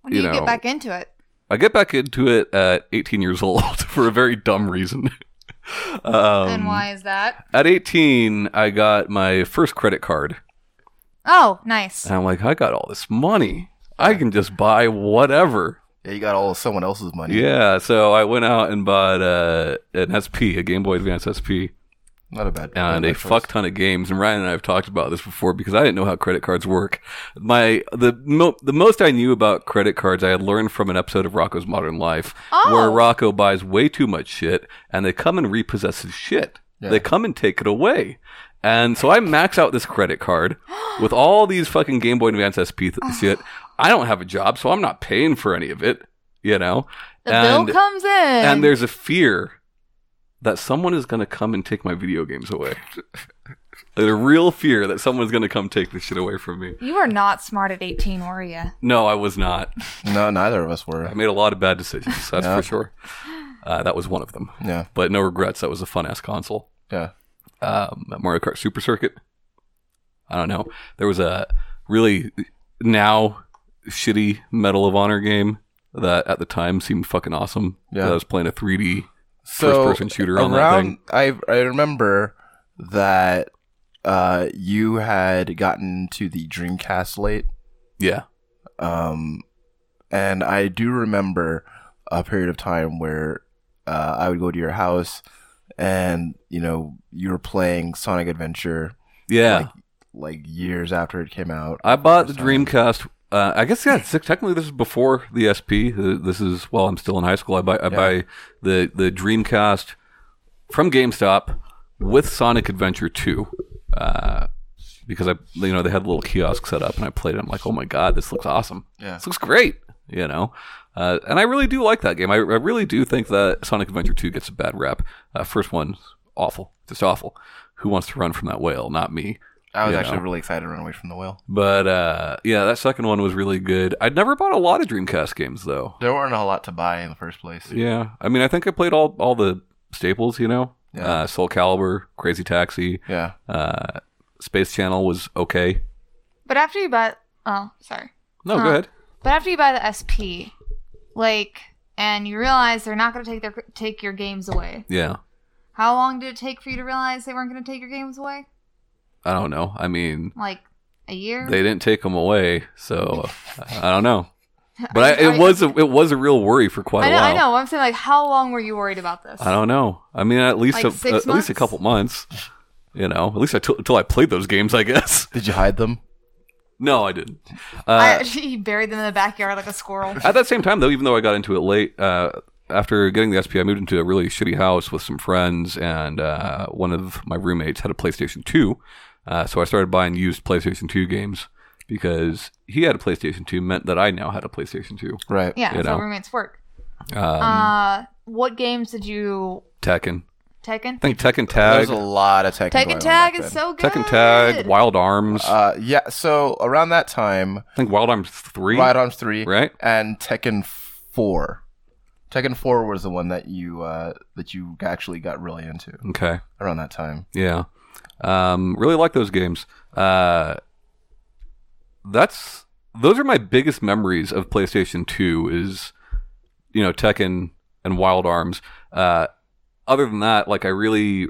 Speaker 3: When do
Speaker 2: You
Speaker 3: you,
Speaker 2: know.
Speaker 3: get back into it?
Speaker 2: I get back into it at 18 years old for a very dumb reason. um,
Speaker 3: and why is that?
Speaker 2: At 18, I got my first credit card.
Speaker 3: Oh, nice.
Speaker 2: And I'm like, I got all this money. I can just buy whatever.
Speaker 1: Yeah, you got all of someone else's money.
Speaker 2: Yeah. So I went out and bought uh, an SP, a Game Boy Advance SP,
Speaker 1: Not a bad.
Speaker 2: and
Speaker 1: not
Speaker 2: a
Speaker 1: bad choice.
Speaker 2: fuck ton of games. And Ryan and I have talked about this before because I didn't know how credit cards work. My the mo- the most I knew about credit cards I had learned from an episode of Rocco's Modern Life,
Speaker 3: Oh.
Speaker 2: where Rocco buys way too much shit, and they come and repossess his shit.
Speaker 1: Yeah.
Speaker 2: They come and take it away. And so I max out this credit card with all these fucking Game Boy Advance SP th- shit. I don't have a job, so I'm not paying for any of it. You know,
Speaker 3: The
Speaker 2: and
Speaker 3: bill comes in.
Speaker 2: and there's a fear that someone is going to come and take my video games away. There's a real fear that someone's going to come take this shit away from me.
Speaker 3: you were not smart at 18, were you?
Speaker 2: No, I was not.
Speaker 1: No, neither of us were.
Speaker 2: I made a lot of bad decisions, that's
Speaker 1: Yeah.
Speaker 2: for sure. Uh, that was one of them.
Speaker 1: Yeah,
Speaker 2: But no regrets. That was a fun ass console.
Speaker 1: yeah.
Speaker 2: um, Mario Kart Super Circuit. I don't know. There was a really now shitty Medal of Honor game that at the time seemed fucking awesome.
Speaker 1: Yeah.
Speaker 2: I was playing a 3D.
Speaker 1: So
Speaker 2: First-person shooter on
Speaker 1: around,
Speaker 2: that thing.
Speaker 1: I I remember that uh, you had gotten to the Dreamcast late.
Speaker 2: Yeah.
Speaker 1: Um, and I do remember a period of time where uh, I would go to your house, and you know you were playing Sonic Adventure
Speaker 2: Yeah.
Speaker 1: Like- like years after it came out.
Speaker 2: I bought the
Speaker 1: First time.
Speaker 2: Dreamcast. Uh, I guess yeah. Six, technically, this is before the SP. Uh, This is while I'm still in high school. I buy I buy the the Dreamcast from GameStop with Sonic Adventure Two uh, because I you know they had a little kiosk set up and I played it. I'm like, oh my god, this looks awesome.
Speaker 1: Yeah.
Speaker 2: this looks great. You know. Uh, and I really do like that game. I, I really do think that Sonic Adventure 2 gets a bad rap. Uh, first one, awful. Just awful. Who wants to run from that whale? Not me.
Speaker 1: I was
Speaker 2: you
Speaker 1: actually
Speaker 2: know.
Speaker 1: really excited to run away from the whale.
Speaker 2: But uh, yeah, that second one was really good. I'd never bought a lot of Dreamcast games though.
Speaker 1: There weren't a lot to buy in the first place.
Speaker 2: Yeah, I mean, I think I played all all the staples. You know,
Speaker 1: Yeah.
Speaker 2: uh, Soul Calibur, Crazy Taxi,
Speaker 1: Yeah.
Speaker 2: uh, Space Channel was okay.
Speaker 3: But after you bought. Oh, sorry.
Speaker 2: No,
Speaker 3: Huh.
Speaker 2: go ahead.
Speaker 3: But after you buy the SP, like, and you realize they're not going to take their take your games away.
Speaker 2: Yeah,
Speaker 3: How long did it take for you to realize they weren't going to take your games away?
Speaker 2: I don't know. I mean,
Speaker 3: Like a year?
Speaker 2: they didn't take them away, so I don't know. But I,
Speaker 3: I-
Speaker 2: it was a, it was a real worry for quite
Speaker 3: I
Speaker 2: a
Speaker 3: know.
Speaker 2: while.
Speaker 3: I know. I'm saying like, how long were you worried about this?
Speaker 2: I don't know. I mean, at least
Speaker 3: Like
Speaker 2: a,
Speaker 3: six
Speaker 2: at least a
Speaker 3: months?
Speaker 2: couple months. You know, at least I t- until I played those games, I guess.
Speaker 1: Did you hide them?
Speaker 2: No, I didn't. Uh,
Speaker 3: I, he buried them in the backyard like a squirrel.
Speaker 2: At that same time, though, even though I got into it late, uh, after getting the SP, I moved into a really shitty house with some friends, and uh, one of my roommates had a PlayStation 2. Uh, so I started buying used PlayStation 2 games because he had a PlayStation 2, meant that I now had a PlayStation 2.
Speaker 1: Right.
Speaker 3: Yeah,
Speaker 2: You
Speaker 3: that's
Speaker 2: know.
Speaker 3: how roommates work.
Speaker 2: Um,
Speaker 3: uh, what games did you
Speaker 2: Tekken.
Speaker 3: Tekken?
Speaker 2: I think Tekken
Speaker 1: There's
Speaker 2: Tag.
Speaker 1: a lot of Tekken. going
Speaker 3: Tekken
Speaker 1: on
Speaker 3: Tag
Speaker 1: back then.
Speaker 3: is so good.
Speaker 2: Tekken Tag, Wild Arms.
Speaker 1: Uh, yeah. So around that time,
Speaker 2: I think Wild Arms 3.
Speaker 1: Wild Arms three,
Speaker 2: Right?
Speaker 1: and Tekken four. Tekken four was the one that you uh, that you actually got really into
Speaker 2: Okay.
Speaker 1: around that time.
Speaker 2: Yeah. Um, really like those games. Uh, that's those are my biggest memories of PlayStation 2 is you know Tekken and Wild Arms. Uh, other than that, like I really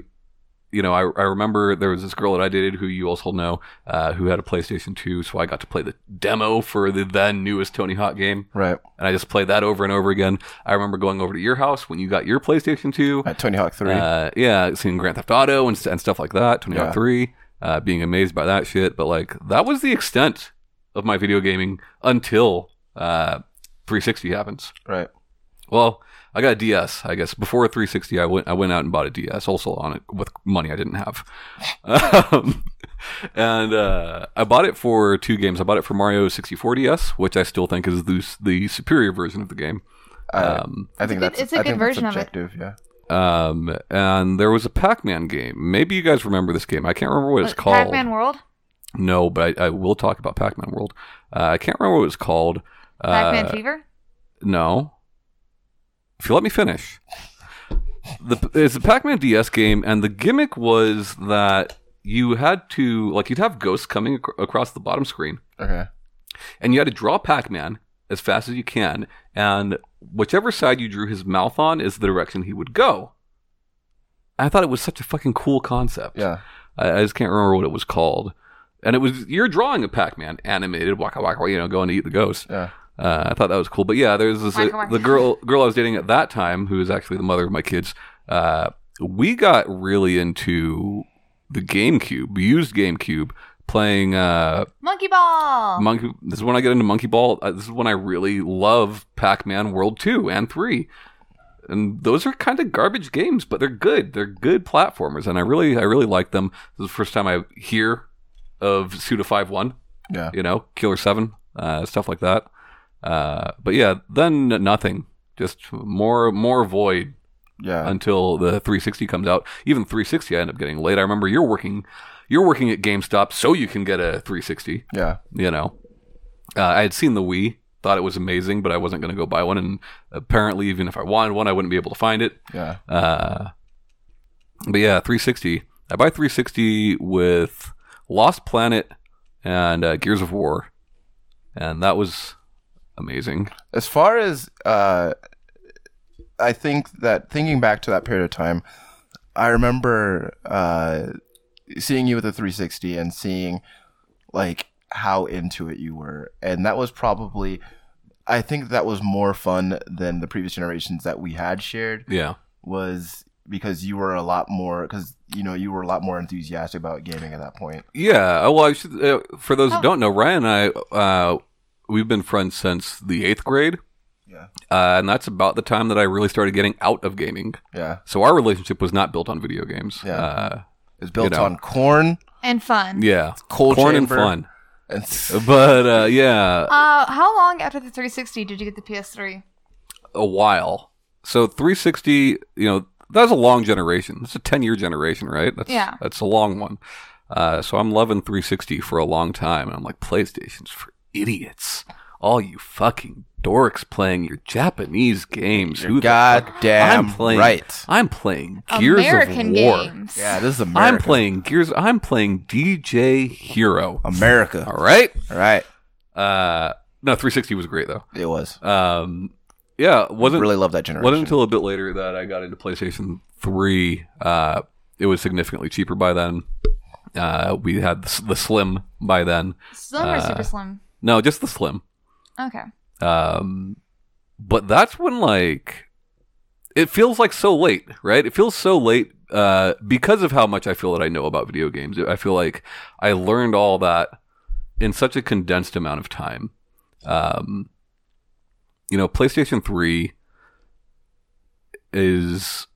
Speaker 2: you know, I, I remember there was this girl that I dated who you also know uh, who had a PlayStation 2, so I got to play the demo for the then newest Tony Hawk game,
Speaker 1: Right.
Speaker 2: and I just played that over and over again. I remember going over to your house when you got your PlayStation 2,
Speaker 1: At Tony Hawk three.
Speaker 2: uh, yeah, seeing Grand Theft Auto and, and stuff like that, Tony
Speaker 1: Yeah.
Speaker 2: Hawk 3, uh, being amazed by that shit. But like, that was the extent of my video gaming until uh, 360 happens.
Speaker 1: right.
Speaker 2: Well, I got a DS, I guess. Before 360, I went I went out and bought a DS, also on it with money I didn't have. um, and uh, I bought it for two games. I bought it for Mario 64 DS, which I still think is the the superior version of the game.
Speaker 1: Uh,
Speaker 2: Um,
Speaker 1: I think that's
Speaker 3: It's a good- it's a
Speaker 1: I
Speaker 3: good
Speaker 1: think
Speaker 3: version of
Speaker 1: that's
Speaker 3: it.
Speaker 1: objective. Yeah.
Speaker 2: um, and there was a Pac-Man game. Maybe you guys remember this game. I can't remember what it's called.
Speaker 3: Uh, Pac-Man World,
Speaker 2: No, but I, I will talk about Pac-Man World. Uh, I can't remember what it was called.
Speaker 3: Pac-Man
Speaker 2: Uh,
Speaker 3: Fever.
Speaker 2: No. If you let me finish. The, it's a Pac-Man DS game, and the gimmick was that you had to like you'd have ghosts coming ac- across the bottom screen,
Speaker 1: Okay.
Speaker 2: and you had to draw Pac-Man as fast as you can, and whichever side you drew his mouth on is the direction he would go. I thought it was such a fucking cool concept.
Speaker 1: Yeah.
Speaker 2: I, I just can't remember what it was called. And it was you're drawing a Pac-Man animated, waka waka, you know, going to eat the ghost.
Speaker 1: Yeah.
Speaker 2: Uh, I thought that was cool. But yeah, there's this
Speaker 3: Waka waka.
Speaker 2: the girl girl I was dating at that time, who is actually the mother of my kids. Uh, we got really into the GameCube, used GameCube, playing uh,
Speaker 3: Monkey Ball.
Speaker 2: Monkey. This is when I get into Monkey Ball. Uh, this is when I really love Pac-Man World Two and Three, and those are kind of garbage games, but they're good. They're good platformers, and I really, I really like them. This is the first time I hear of Suda Five One.
Speaker 1: Yeah.
Speaker 2: You know, Killer Seven, uh, stuff like that. Uh, but yeah, then nothing. Just more, more void
Speaker 1: Yeah.
Speaker 2: until the 360 comes out. Even 360, I end up getting late. I remember you're working, you're working at GameStop, so you can get a 360
Speaker 1: yeah.
Speaker 2: you know uh, i had seen the wii thought it was amazing but i wasn't going to go buy one and apparently even if i wanted one i wouldn't be able to find it
Speaker 1: Yeah.
Speaker 2: uh, but yeah 360 i buy 360 with lost planet and uh, gears of war and that was amazing
Speaker 1: As far as uh, I think that thinking back to that period of time, I remember uh, seeing you with the 360 and seeing like how into it you were, and that was probably. I think that was more fun than the previous generations that we had shared
Speaker 2: yeah
Speaker 1: was because you were a lot more because you know you were a lot more enthusiastic about gaming at that point.
Speaker 2: yeah well i should uh, for those
Speaker 3: Oh.
Speaker 2: who don't know ryan and i uh, we've been friends since the eighth grade
Speaker 1: Yeah.
Speaker 2: uh, and that's about the time that i really started getting out of gaming
Speaker 1: Yeah,
Speaker 2: So our relationship was not built on video games.
Speaker 1: Yeah.
Speaker 2: Uh,
Speaker 1: it's built
Speaker 2: know.
Speaker 1: on corn,
Speaker 3: and fun.
Speaker 2: yeah.
Speaker 1: coal
Speaker 2: Corn
Speaker 1: chamber,
Speaker 2: and
Speaker 1: and
Speaker 2: fun. But uh, yeah,
Speaker 3: Uh, how long after the 360 did you get the PS3?
Speaker 2: a while. So 360, you know, that's a long generation. That's a 10 year generation, right? That's,
Speaker 3: Yeah.
Speaker 2: That's a long one. Uh, so I'm loving 360 for a long time. And I'm like, PlayStation's for idiots. All you fucking dorks playing your Japanese games. Who the fuck-
Speaker 1: goddamn
Speaker 2: I'm playing,
Speaker 1: right.
Speaker 2: I'm playing Gears
Speaker 3: American
Speaker 2: of War.
Speaker 3: games.
Speaker 1: Yeah, this is America.
Speaker 2: I'm playing Gears. I'm playing DJ Hero.
Speaker 1: America.
Speaker 2: All right.
Speaker 1: All right.
Speaker 2: Uh, no, 360 was great though.
Speaker 1: It was.
Speaker 2: Um, yeah, wasn't
Speaker 1: really love that generation.
Speaker 2: wasn't until a bit later that I got into PlayStation 3. Uh, it was significantly cheaper by then. Uh, we had the, s- the Slim by then.
Speaker 3: Slim
Speaker 2: uh,
Speaker 3: or super slim?
Speaker 2: No, just the Slim.
Speaker 3: Okay.
Speaker 2: Um, but that's when like it feels like so late, right? It feels so late uh, because of how much I feel that I know about video games. I feel like I learned all that in such a condensed amount of time. Um, you know, PlayStation Three is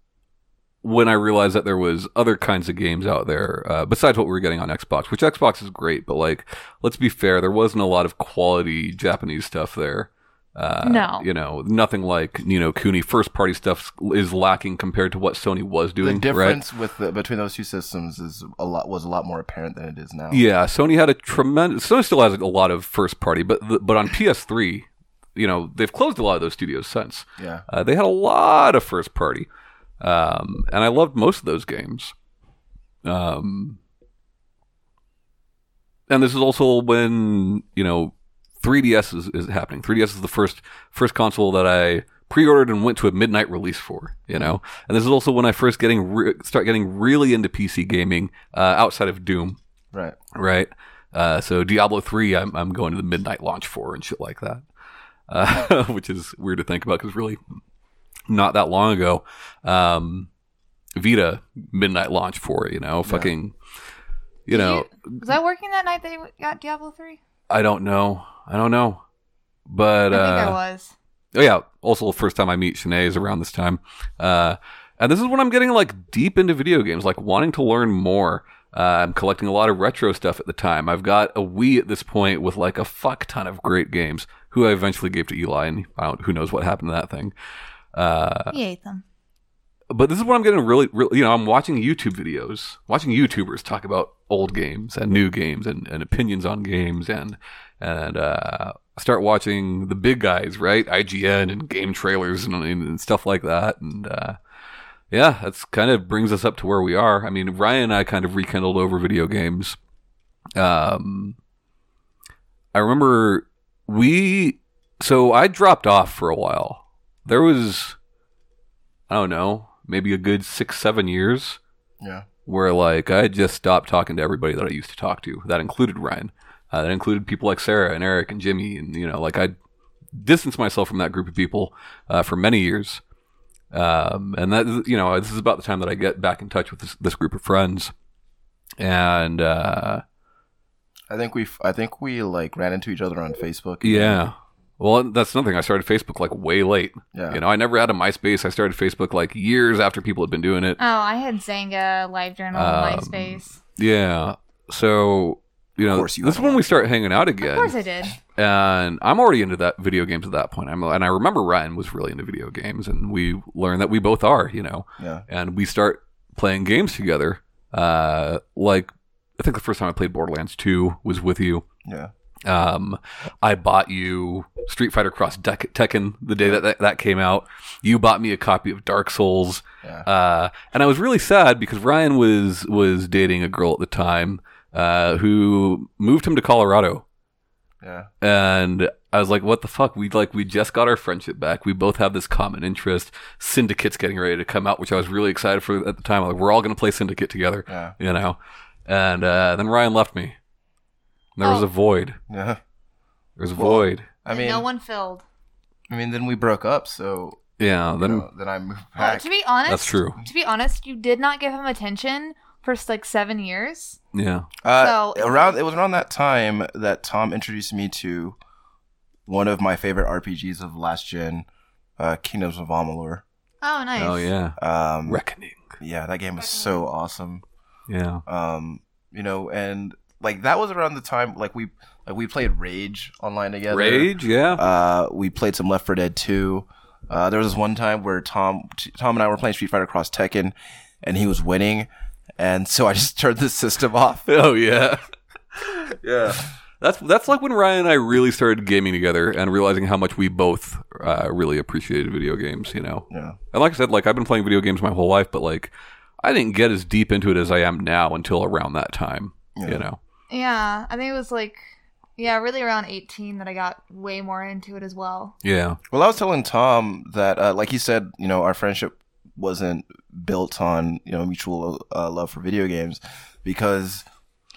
Speaker 2: when I realized that there was other kinds of games out there uh, besides what we were getting on Xbox, which Xbox is great, but like, let's be fair, there wasn't a lot of quality Japanese stuff there. Uh,
Speaker 3: No.
Speaker 2: you know, nothing like you know Cooney first party stuff is lacking compared to what Sony was
Speaker 1: the
Speaker 2: doing. right?
Speaker 1: difference with the, between those two systems is a lot was a lot more apparent than it is now.
Speaker 2: Yeah, Sony had a tremendous. Sony still has a lot of first party, but the, but on PS3, you know, they've closed a lot of those studios since.
Speaker 1: Yeah.
Speaker 2: Uh, they had a lot of first party, um, and I loved most of those games. Um, and this is also when you know 3DS is, is happening. 3DS is the first first console that I pre-ordered and went to a midnight release for. You know, and this is also when I first getting re- start getting really into PC gaming uh, outside of Doom
Speaker 1: Right.
Speaker 2: right? Uh, so Diablo three, I'm I'm going to the midnight launch for and shit like that, uh, which is weird to think about because really not that long ago, um, Vita midnight launch for you know fucking, you know
Speaker 3: was I working that night that you got Diablo 3?
Speaker 2: I don't know I don't know, but
Speaker 3: I think I
Speaker 2: uh,
Speaker 3: was.
Speaker 2: Oh yeah. Also, the first time I meet Shanae is around this time, uh, and this is when I'm getting like deep into video games, like wanting to learn more. Uh, I'm collecting a lot of retro stuff at the time. I've got a Wii at this point with like a fuck ton of great games. Who I eventually gave to Eli, and I don't, who knows what happened to that thing. Uh,
Speaker 3: He ate them.
Speaker 2: but this is what I'm getting really, really, you know, I'm watching YouTube videos, watching YouTubers talk about old games and new games and, and opinions on games and, and, uh, start watching the big guys, right? IGN and game trailers and, and stuff like that. And, uh, yeah, that's kind of brings us up to where we are. I mean, Ryan and I kind of rekindled over video games. Um, I remember we, so I dropped off for a while. There was, I don't know, maybe a good six, seven years
Speaker 1: Yeah.
Speaker 2: where like I had just stopped talking to everybody that I used to talk to. That included Ryan. Uh, that included people like Sarah and Eric and Jimmy, and you know, like I distanced myself from that group of people uh, for many years. Um, and that you know, this is about the time that I get back in touch with this, this group of friends. And uh,
Speaker 1: I think we f- I think we like ran into each other on Facebook.
Speaker 2: yeah, well, that's something. I started Facebook like way late.
Speaker 1: Yeah.
Speaker 2: You know, I never had a MySpace. I started Facebook like years after people had been doing it.
Speaker 3: Oh, I had Zanga, LiveJournal,
Speaker 2: Um,
Speaker 3: MySpace.
Speaker 2: Yeah. So, you know,
Speaker 1: Of course
Speaker 2: this
Speaker 1: you
Speaker 2: is
Speaker 1: had a
Speaker 2: when we start hanging out again.
Speaker 3: Of course I did.
Speaker 2: And I'm already into that video games at that point. I'm, and I remember Ryan was really into video games, and we learned that we both are, you know.
Speaker 1: Yeah.
Speaker 2: And we start playing games together. Uh, like, I think the first time I played Borderlands 2 was with you.
Speaker 1: Yeah.
Speaker 2: Um, I bought you Street Fighter Cross Dek- Tekken the day that, that that came out. You bought me a copy of Dark Souls.
Speaker 1: Yeah.
Speaker 2: Uh, and I was really sad because Ryan was was dating a girl at the time uh, who moved him to Colorado,
Speaker 1: Yeah.
Speaker 2: and I was like, "What the fuck? We like we just got our friendship back. We both have this common interest. Syndicate's getting ready to come out, which I was really excited for at the time. Like we're all gonna play Syndicate together,
Speaker 1: Yeah.
Speaker 2: you know." And uh, then Ryan left me. And there was
Speaker 3: Oh.
Speaker 2: a void.
Speaker 1: Yeah.
Speaker 2: There was a
Speaker 1: Well,
Speaker 2: void.
Speaker 1: I
Speaker 3: That
Speaker 1: mean,
Speaker 3: no one filled.
Speaker 1: I mean, then we broke up, so
Speaker 2: Yeah.
Speaker 1: you
Speaker 2: Then
Speaker 1: know, then I moved
Speaker 3: Well,
Speaker 1: back.
Speaker 3: to be honest,
Speaker 2: that's true.
Speaker 3: To be honest, you did not give him attention for like seven years.
Speaker 2: Yeah.
Speaker 1: Uh,
Speaker 3: So-
Speaker 1: around it was around that time that Tom introduced me to one of my favorite RPGs of last gen, uh, Kingdoms of Amalur.
Speaker 3: Oh, nice.
Speaker 2: Oh yeah.
Speaker 1: Um,
Speaker 2: Reckoning.
Speaker 1: yeah, that game was so awesome.
Speaker 2: Yeah.
Speaker 1: Um, you know, and like that was around the time like we like we played Rage online together.
Speaker 2: Rage. Yeah.
Speaker 1: Uh, we played some Left 4 Dead 2. Uh, there was this one time where Tom t- Tom and I were playing Street Fighter Cross Tekken, and he was winning, and so I just turned the system off.
Speaker 2: Oh yeah.
Speaker 1: Yeah.
Speaker 2: That's that's like when Ryan and I really started gaming together and realizing how much we both uh, really appreciated video games. You know,
Speaker 1: Yeah.
Speaker 2: and like I said, like I've been playing video games my whole life, but like I didn't get as deep into it as I am now until around that time.
Speaker 1: Yeah.
Speaker 2: You know,
Speaker 3: Yeah, I think it was like, yeah, really around 18 that I got way more into it as well.
Speaker 2: yeah,
Speaker 1: Well, I was telling Tom that, uh, like he said, you know, our friendship wasn't built on you know mutual uh, love for video games because,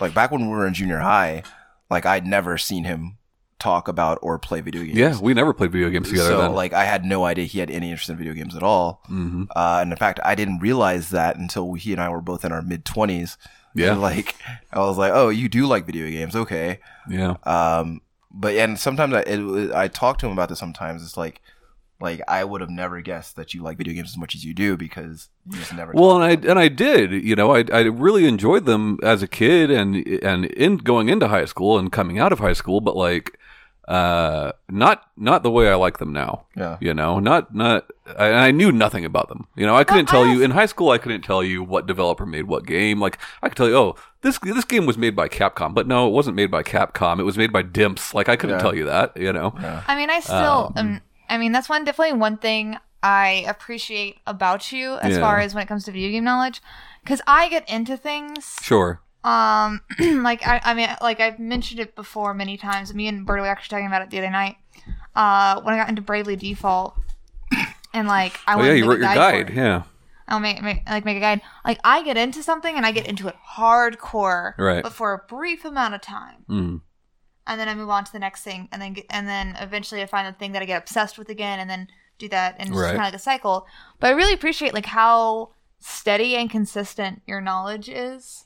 Speaker 1: like, back when we were in junior high, like I'd never seen him talk about or play video games.
Speaker 2: yeah. We never played video games together.
Speaker 1: so
Speaker 2: then.
Speaker 1: like I had no idea he had any interest in video games at all.
Speaker 2: hmm
Speaker 1: Uh, and in fact, I didn't realize that until he and I were both in our mid twenties.
Speaker 2: Yeah.
Speaker 1: like I was like, oh, you do like video games, okay?
Speaker 2: yeah,
Speaker 1: Um, but and sometimes I it, I talk to him about this. Sometimes it's like, like I would have never guessed that you like video games as much as you do because you just never.
Speaker 2: Well, and I and I did, you know, I I really enjoyed them as a kid and and in going into high school and coming out of high school, but like uh not not the way I like them now.
Speaker 1: Yeah.
Speaker 2: You know, not not I, and I knew nothing about them. You know, I couldn't
Speaker 3: Well, I
Speaker 2: tell you
Speaker 3: also-
Speaker 2: in high school I couldn't tell you what developer made what game. Like I could tell you, oh, this this game was made by Capcom, but no, it wasn't made by Capcom. It was made by Dimps. Like I couldn't
Speaker 1: Yeah.
Speaker 2: tell you that, you know.
Speaker 1: Yeah.
Speaker 3: I mean, I still,
Speaker 2: Um,
Speaker 3: um, I mean, that's one definitely one thing I appreciate about you as
Speaker 2: Yeah.
Speaker 3: far as when it comes to video game knowledge, because I get into things.
Speaker 2: Sure.
Speaker 3: Um, like I, I mean, like I've mentioned it before many times. Me and Bird were actually talking about it the other night. Uh, when I got into Bravely Default, and like I
Speaker 2: Oh
Speaker 3: wanted
Speaker 2: yeah,
Speaker 3: to
Speaker 2: you
Speaker 3: make
Speaker 2: wrote
Speaker 3: a
Speaker 2: your
Speaker 3: guide.
Speaker 2: guide.
Speaker 3: for it.
Speaker 2: Yeah.
Speaker 3: I'll make, make like make a guide. Like I get into something and I get into it hardcore,
Speaker 2: Right.
Speaker 3: But for a brief amount of time,
Speaker 2: Mm.
Speaker 3: and then I move on to the next thing, and then get, and then eventually I find the thing that I get obsessed with again, and then do that, and it's
Speaker 2: Right.
Speaker 3: kind of like a cycle. But I really appreciate like how steady and consistent your knowledge is.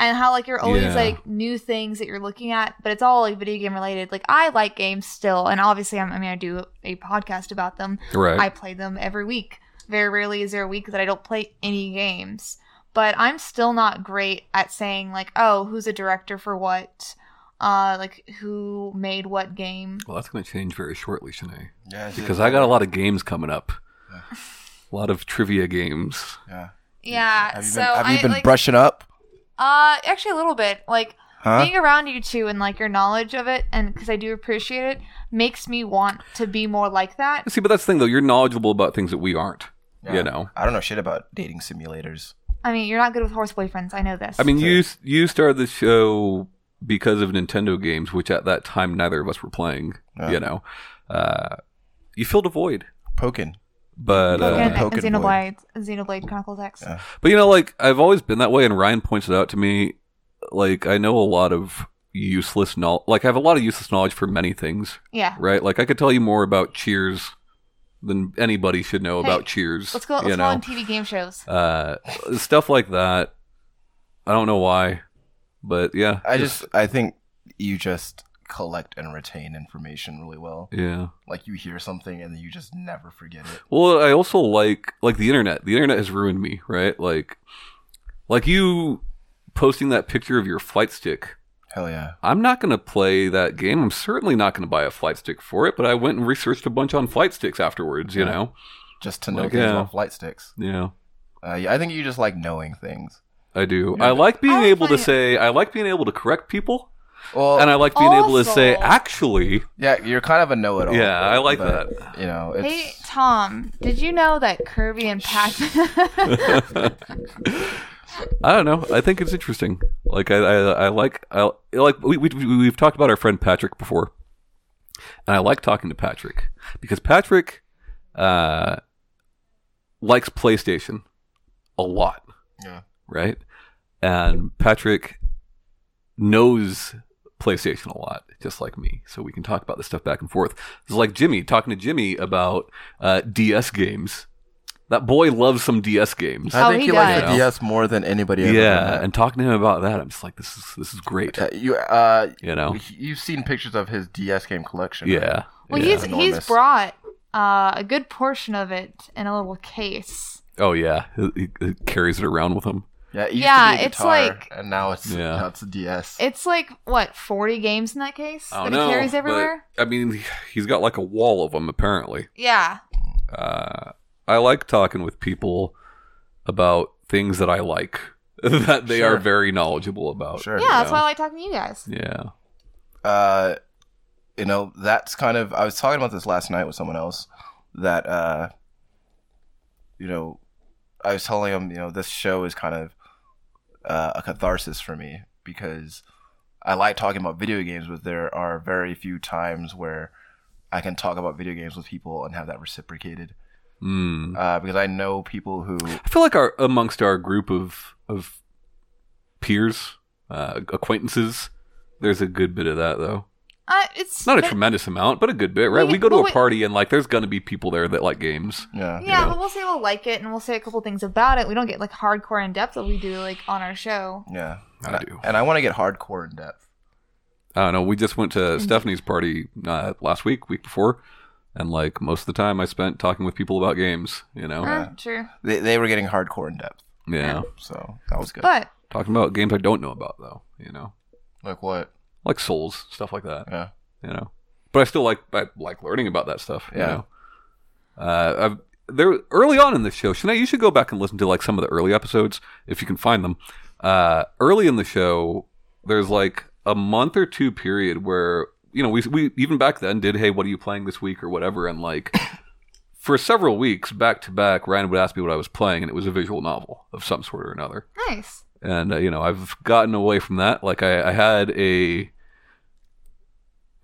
Speaker 3: and how like you're always
Speaker 2: Yeah.
Speaker 3: like new things that you're looking at, but it's all like video game related. Like I like games still, and obviously I'm, I mean I do a podcast about them.
Speaker 2: Right.
Speaker 3: I play them every week. Very rarely is there a week that I don't play any games. But I'm still not great at saying like, oh, who's a director for what, uh, like who made what game.
Speaker 2: well, that's going to change very shortly, Shanae,
Speaker 1: Yeah,
Speaker 2: because I got a lot of games coming up. A lot of trivia games.
Speaker 1: Yeah.
Speaker 3: Yeah.
Speaker 1: Have you
Speaker 3: Uh, so
Speaker 1: been, have you
Speaker 3: I
Speaker 1: been
Speaker 3: like,
Speaker 1: brushing up?
Speaker 3: uh, actually a little bit like
Speaker 1: Huh?
Speaker 3: being around you two and like your knowledge of it, and because I do appreciate it, makes me want to be more like that.
Speaker 2: See, but that's the thing though. You're knowledgeable about things that we aren't.
Speaker 1: Yeah.
Speaker 2: You know.
Speaker 1: I don't know shit about dating simulators.
Speaker 3: I mean, you're not good with horse boyfriends. I know this.
Speaker 2: I mean, you you started the show because of Nintendo games, which at that time neither of us were playing.
Speaker 1: Yeah.
Speaker 2: You know, uh, you filled a void,
Speaker 1: Poking.
Speaker 2: but
Speaker 3: Pokken
Speaker 2: uh,
Speaker 1: Pokken
Speaker 3: and
Speaker 1: Boy.
Speaker 3: Xenoblade, Xenoblade Chronicles X.
Speaker 1: Yeah.
Speaker 2: but you know, like I've always been that way, and Ryan points it out to me. Like I know a lot of useless knowledge. Like I have a lot of useless knowledge for many things,
Speaker 3: Yeah.
Speaker 2: right? Like I could tell you more about Cheers than anybody should know
Speaker 3: Hey,
Speaker 2: about Cheers.
Speaker 3: Let's go. Let's
Speaker 2: you
Speaker 3: go on
Speaker 2: know,
Speaker 3: TV game shows.
Speaker 2: uh, stuff like that. I don't know why, but yeah,
Speaker 1: I just, I think you just collect and retain information really well.
Speaker 2: yeah.
Speaker 1: Like you hear something and then you just never forget it.
Speaker 2: Well, I also like like the internet. The internet has ruined me, right? Like like you posting that picture of your flight stick.
Speaker 1: Hell yeah.
Speaker 2: I'm not going to play that game. I'm certainly not going to buy a flight stick for it, but I went and researched a bunch on flight sticks afterwards, you
Speaker 1: Yeah.
Speaker 2: know.
Speaker 1: Just to know
Speaker 2: Like,
Speaker 1: things
Speaker 2: yeah.
Speaker 1: about flight sticks.
Speaker 2: Yeah.
Speaker 1: Uh, yeah, I think you just like knowing things.
Speaker 2: I do.
Speaker 1: Yeah.
Speaker 2: I like being
Speaker 3: I
Speaker 2: able to
Speaker 3: find it-
Speaker 2: say I like being able to correct people
Speaker 1: Well,
Speaker 2: and I like being able to say
Speaker 3: also-
Speaker 2: actually
Speaker 1: yeah, you're kind of a know-it-all.
Speaker 2: Yeah, I like
Speaker 1: but, You know, it's
Speaker 3: Hey Tom, did you know that Kirby and Pac?
Speaker 2: I don't know. I think it's interesting. Like I, I, I like, I like. We, we, we've talked about our friend Patrick before, and I like talking to Patrick because Patrick uh, likes PlayStation a lot,
Speaker 1: Yeah.
Speaker 2: right? And Patrick knows PlayStation a lot, just like me. So we can talk about this stuff back and forth. It's like Jimmy talking to Jimmy about uh, DS games. That boy loves some DS games.
Speaker 1: I
Speaker 3: Oh,
Speaker 1: think
Speaker 3: he
Speaker 1: you like
Speaker 2: does.
Speaker 1: the DS more than anybody. Ever
Speaker 2: Yeah,
Speaker 1: done
Speaker 2: and talking to him about that, I'm just like, this is this is great.
Speaker 1: that. Uh, you uh,
Speaker 2: You know?
Speaker 1: you've seen pictures of his DS game collection. right?
Speaker 2: Oh. Yeah.
Speaker 3: well,
Speaker 2: yeah.
Speaker 3: he's
Speaker 1: Enormous.
Speaker 3: he's brought uh, a good portion of it in a little case.
Speaker 2: oh yeah, he, he- he carries it around with him.
Speaker 1: yeah. It used
Speaker 3: Yeah,
Speaker 1: to be a
Speaker 3: it's
Speaker 1: guitar,
Speaker 3: like-
Speaker 1: and now it's
Speaker 2: Yeah.
Speaker 1: now it's a DS.
Speaker 3: It's like what forty games in that case
Speaker 2: Oh
Speaker 3: that
Speaker 2: no,
Speaker 3: he carries everywhere.
Speaker 2: I mean, he's got like a wall of them. Apparently,
Speaker 3: Yeah,
Speaker 2: uh, I like talking with people about things that I like that they
Speaker 1: Sure.
Speaker 2: are very knowledgeable about.
Speaker 1: Sure.
Speaker 3: yeah.
Speaker 1: you
Speaker 3: That's
Speaker 2: know?
Speaker 3: why I like talking to you guys.
Speaker 2: Yeah.
Speaker 1: uh, you know, that's kind of. I was talking about this last night with someone else that, uh, you know, I was telling him, you know, this show is kind of uh, a catharsis for me because I like talking about video games, but there are very few times where I can talk about video games with people and have that reciprocated.
Speaker 2: Mm.
Speaker 1: Uh, because I know people who,
Speaker 2: I feel like our amongst our group of of peers, uh, acquaintances, there's a good bit of that though.
Speaker 3: Uh, it's
Speaker 2: not a
Speaker 3: there-
Speaker 2: tremendous amount, but a good bit, right?
Speaker 3: We-
Speaker 2: We, go to
Speaker 3: well,
Speaker 2: a
Speaker 3: we-
Speaker 2: party and like, there's gonna be people there that like games.
Speaker 1: yeah,
Speaker 3: Yeah,
Speaker 2: know.
Speaker 3: but we'll say we'll like it, and we'll say a couple things about it. We don't get like hardcore in depth that we do like on our show.
Speaker 1: yeah,
Speaker 2: I
Speaker 1: and
Speaker 2: do.
Speaker 1: and I want to get hardcore in depth.
Speaker 2: I don't know. We just went to Stephanie's party uh, last week, week before, and like most of the time I spent talking with people about games. You know,
Speaker 3: Mm, true,
Speaker 1: They they were getting hardcore in depth,
Speaker 2: Uh, yeah,
Speaker 1: so that was good.
Speaker 3: but
Speaker 2: talking about games I don't know about though. You know,
Speaker 1: like what?
Speaker 2: like Souls stuff like that.
Speaker 1: Yeah.
Speaker 2: You know, but I still like I like learning about that stuff. You
Speaker 1: Yeah.
Speaker 2: know, uh, I've, there early on in the show, Shanae, you should go back and listen to like some of the early episodes if you can find them. Uh, early in the show, there's like a month or two period where you know we we even back then did hey what are you playing this week or whatever and like. For several weeks back to back, Ryan would ask me what I was playing, and it was a visual novel of some sort or another
Speaker 3: nice.
Speaker 2: and uh, you know I've gotten away from that. Like I, I had a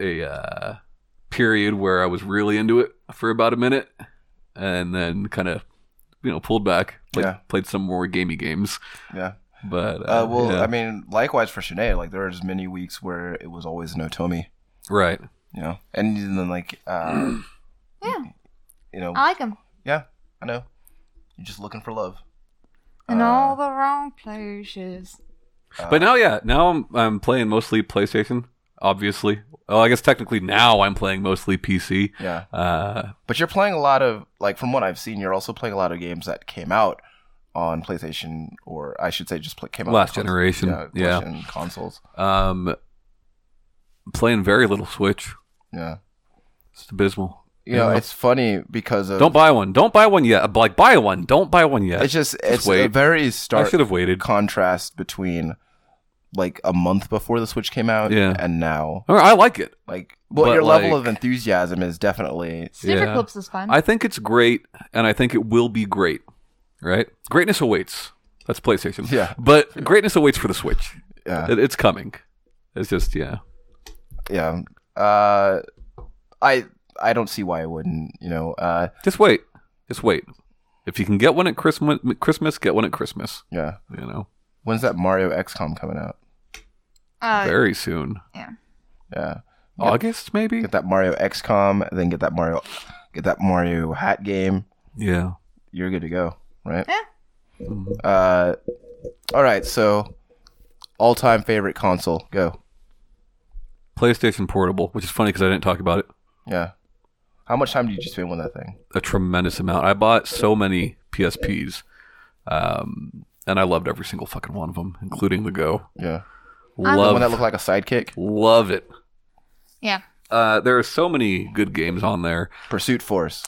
Speaker 2: a uh, period where I was really into it for about a minute, and then kind of you know pulled back. Played,
Speaker 1: Yeah.
Speaker 2: played some more gamey games,
Speaker 1: Yeah.
Speaker 2: but uh,
Speaker 1: Uh, well,
Speaker 2: yeah.
Speaker 1: I mean, likewise for Shanae, like there was many weeks where it was always no Tomy,
Speaker 2: right?
Speaker 1: you know, and then like, uh,
Speaker 3: Yeah, Um,
Speaker 1: you know,
Speaker 3: I like him
Speaker 1: yeah, I know, you're just looking for love.
Speaker 3: in
Speaker 1: Uh,
Speaker 3: all the wrong places.
Speaker 2: but now, yeah, now I'm I'm playing mostly PlayStation. Obviously, well, I guess technically now I'm playing mostly PC.
Speaker 1: Yeah.
Speaker 2: Uh,
Speaker 1: But you're playing a lot of like from what I've seen, you're also playing a lot of games that came out on PlayStation or I should say just pl- came out on
Speaker 2: Last
Speaker 1: cons-
Speaker 2: generation, yeah.
Speaker 1: PlayStation consoles.
Speaker 2: um, playing very little Switch.
Speaker 1: Yeah.
Speaker 2: It's abysmal.
Speaker 1: You know,
Speaker 2: Yeah.
Speaker 1: it's funny because of
Speaker 2: Don't buy one. Don't buy one yet. Uh, Like buy one. Don't buy one yet.
Speaker 1: it's just it's a
Speaker 2: wait.
Speaker 1: very
Speaker 2: I
Speaker 1: stark
Speaker 2: should have waited.
Speaker 1: contrast between like a month before the Switch came out
Speaker 2: Yeah.
Speaker 1: and now.
Speaker 2: All right, I like it.
Speaker 1: Like well
Speaker 2: But,
Speaker 1: your level
Speaker 2: like-
Speaker 1: of enthusiasm is definitely
Speaker 3: Sniffer
Speaker 2: Yeah.
Speaker 3: clips is fun.
Speaker 2: I think it's great, and I think it will be great. Right? Greatness awaits. That's PlayStation.
Speaker 1: Yeah.
Speaker 2: But greatness awaits for the Switch.
Speaker 1: yeah.
Speaker 2: It, it's coming. It's just yeah.
Speaker 1: yeah. Uh I I don't see why I wouldn't, you know. Uh
Speaker 2: Just wait. Just wait. If you can get one at Christmas, Christmas, get one at Christmas.
Speaker 1: yeah.
Speaker 2: You know,
Speaker 1: When's that Mario XCOM coming out?
Speaker 3: uh,
Speaker 2: very soon.
Speaker 1: Yeah.
Speaker 2: August maybe.
Speaker 1: Get that Mario XCOM, then get that Mario get that Mario hat game.
Speaker 2: Yeah.
Speaker 1: You're good to go, right?
Speaker 3: Yeah.
Speaker 1: Uh all right, so all time favorite console, go.
Speaker 2: PlayStation Portable, which is funny because I didn't talk about it
Speaker 1: Yeah. How much time did you spend with that thing?
Speaker 2: a tremendous amount. I bought so many PSPs, um, and I loved every single fucking one of them, including the Go.
Speaker 1: Yeah. The one that
Speaker 2: Love,
Speaker 1: looked like a sidekick?
Speaker 2: love it.
Speaker 3: yeah.
Speaker 2: Uh, there are so many good games on there.
Speaker 1: Pursuit Force.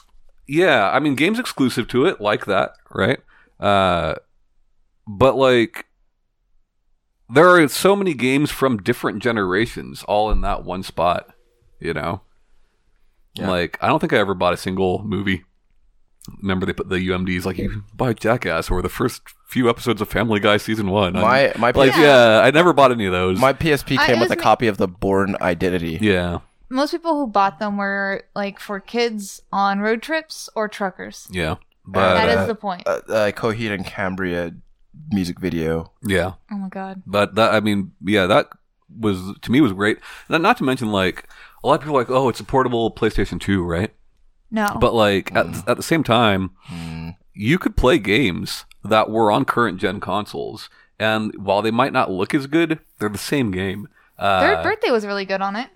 Speaker 2: Yeah, I mean, games exclusive to it, like that, right? Uh, but like, there are so many games from different generations, all in that one spot. You know,
Speaker 1: Yeah.
Speaker 2: like I don't think I ever bought a single movie. Remember they put the UMDs like you buy Jackass or the first few episodes of Family Guy season one.
Speaker 1: My my
Speaker 2: like
Speaker 1: PS-
Speaker 2: yeah, I never bought any of those.
Speaker 1: my PSP
Speaker 3: I-
Speaker 1: came
Speaker 3: it
Speaker 1: with a
Speaker 3: was ma-
Speaker 1: copy of the Born Identity.
Speaker 2: yeah,
Speaker 3: Most people who bought them were like for kids on road trips or truckers.
Speaker 2: yeah, but
Speaker 1: Uh,
Speaker 3: That
Speaker 1: uh,
Speaker 3: is the point.
Speaker 1: Uh, uh, Coheed and Cambria music video.
Speaker 2: yeah.
Speaker 3: Oh my god.
Speaker 2: But that, I mean, yeah, that was to me was great. Not, not to mention, like a lot of people are like, oh, it's a portable PlayStation Two, right?
Speaker 3: No.
Speaker 2: But like
Speaker 1: Mm-hmm.
Speaker 2: at, at the same time,
Speaker 1: Hmm.
Speaker 2: you could play games that were on current gen consoles, and while they might not look as good, they're the same game.
Speaker 3: Third
Speaker 2: Uh,
Speaker 3: birthday was really good on it.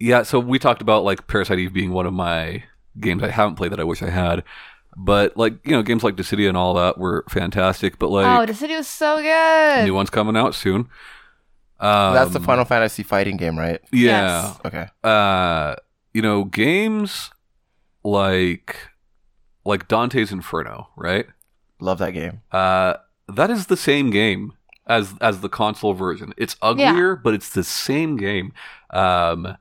Speaker 2: yeah, so we talked about like Parasite Eve being one of my games I haven't played that I wish I had. But like you know, games like Dissidia and all that were fantastic. But
Speaker 3: oh,
Speaker 2: like
Speaker 3: the city was so good.
Speaker 2: new one's coming out soon. Um,
Speaker 1: That's the Final Fantasy fighting game, right?
Speaker 2: Yeah,
Speaker 3: Yes.
Speaker 1: Okay.
Speaker 2: uh you know games like like Dante's Inferno, right?
Speaker 1: Love that game.
Speaker 2: Uh that is the same game as as the console version. It's uglier, but it's the same game. Um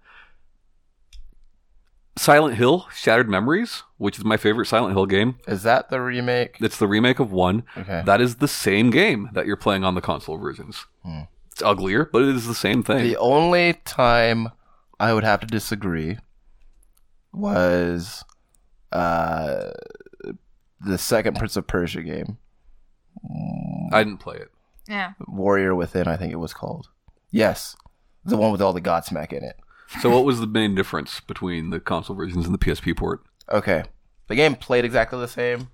Speaker 2: Silent Hill Shattered Memories, which is my favorite Silent Hill game.
Speaker 1: Is that the remake?
Speaker 2: It's the remake of 1.
Speaker 1: Okay.
Speaker 2: That is the same game that you're playing on the console versions.
Speaker 1: Hmm.
Speaker 2: It's uglier, but it is the same thing.
Speaker 1: The only time I would have to disagree was uh, the second Prince of Persia game,
Speaker 2: I didn't play it.
Speaker 3: yeah.
Speaker 1: Warrior Within, I think it was called. Yes, the one with all the Godsmack in it.
Speaker 2: So what was the main difference between the console versions and the PSP port?
Speaker 1: Okay, the game played exactly the same.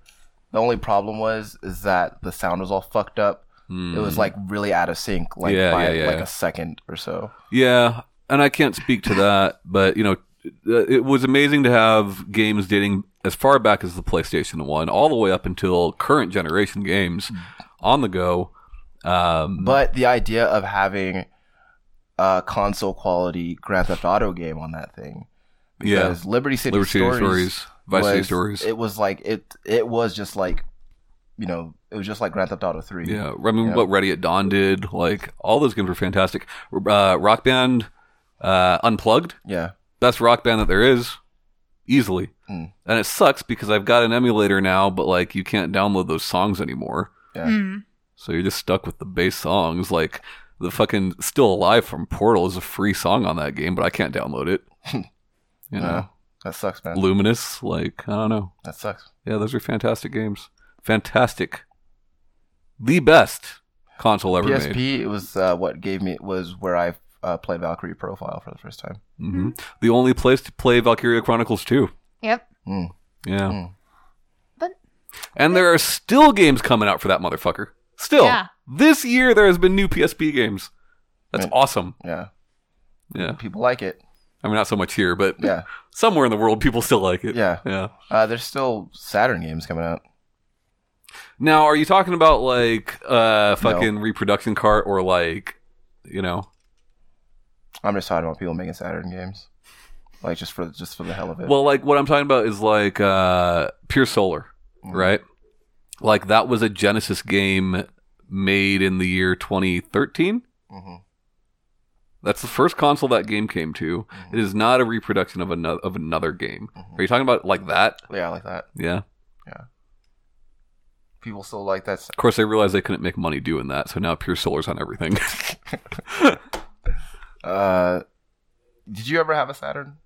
Speaker 1: The only problem was is that the sound was all fucked up.
Speaker 2: Hmm.
Speaker 1: It was like really out of sync, like
Speaker 2: Mm-hmm. Yeah,
Speaker 1: by
Speaker 2: yeah, Mm-hmm. yeah.
Speaker 1: like a second or so.
Speaker 2: Yeah, and I can't speak to that, but you know, uh, it was amazing to have games dating as far back as the PlayStation One, all the way up until current generation games on the go. Um,
Speaker 1: Hmm. But the idea of having a console quality Grand Theft Auto game on that thing,
Speaker 2: yeah,
Speaker 1: because Liberty City
Speaker 2: Liberty City
Speaker 1: Stories,
Speaker 2: Stories, Vice City
Speaker 1: was-
Speaker 2: Stories.
Speaker 1: it was like it, it was just like, you know, it was just like Grand Theft Auto Three.
Speaker 2: yeah, I mean,
Speaker 1: Yeah.
Speaker 2: what Ready at Dawn did, like all those games were fantastic. Uh, Rock Band uh, Unplugged,
Speaker 1: yeah,
Speaker 2: best rock band that there is, easily.
Speaker 1: Mm.
Speaker 2: And it sucks because I've got an emulator now, but like you can't download those songs anymore.
Speaker 1: yeah.
Speaker 3: Mm.
Speaker 2: So you're just stuck with the base songs. Like the fucking Still Alive from Portal is a free song on that game, but I can't download it. you know,
Speaker 1: That sucks, man.
Speaker 2: Luminous, like, I don't know.
Speaker 1: That sucks.
Speaker 2: Yeah, those are fantastic games. Fantastic. The best console ever
Speaker 1: PSP
Speaker 2: made.
Speaker 1: it was uh, what gave me was where I uh, played Valkyrie Profile for the first time.
Speaker 2: hmm The only place to play Valkyria Chronicles 2.
Speaker 3: Yep.
Speaker 1: Mm.
Speaker 2: Yeah.
Speaker 1: Mm.
Speaker 3: But-
Speaker 2: and there are still games coming out for that motherfucker. Still,
Speaker 3: Yeah.
Speaker 2: this year there has been new PSP games. That's
Speaker 1: Right.
Speaker 2: awesome.
Speaker 1: Yeah,
Speaker 2: Yeah,
Speaker 1: people like it.
Speaker 2: I mean not so much here, but
Speaker 1: Yeah,
Speaker 2: somewhere in the world people still like it.
Speaker 1: Yeah.
Speaker 2: yeah.
Speaker 1: uh, there's still Saturn games coming out.
Speaker 2: Now, are you talking about like uh fucking reproduction cart or like you know?
Speaker 1: I'm just talking about people making Saturn games, like just for just for the hell of it.
Speaker 2: Well, like what I'm talking about is like uh Pure Solar,
Speaker 1: Hmm. Mm-hmm.
Speaker 2: right? Like that was a Genesis game made in the year 2013.
Speaker 1: Mhm.
Speaker 2: That's the first console that game came to.
Speaker 1: Mm-hmm.
Speaker 2: It is not a reproduction of another of another game. Are you talking about like that?
Speaker 1: yeah, like that.
Speaker 2: Yeah.
Speaker 1: People still like that.
Speaker 2: Of course, they realized they couldn't make money doing that, so now Pure Solar's on everything.
Speaker 1: Uh, did you ever have a Saturn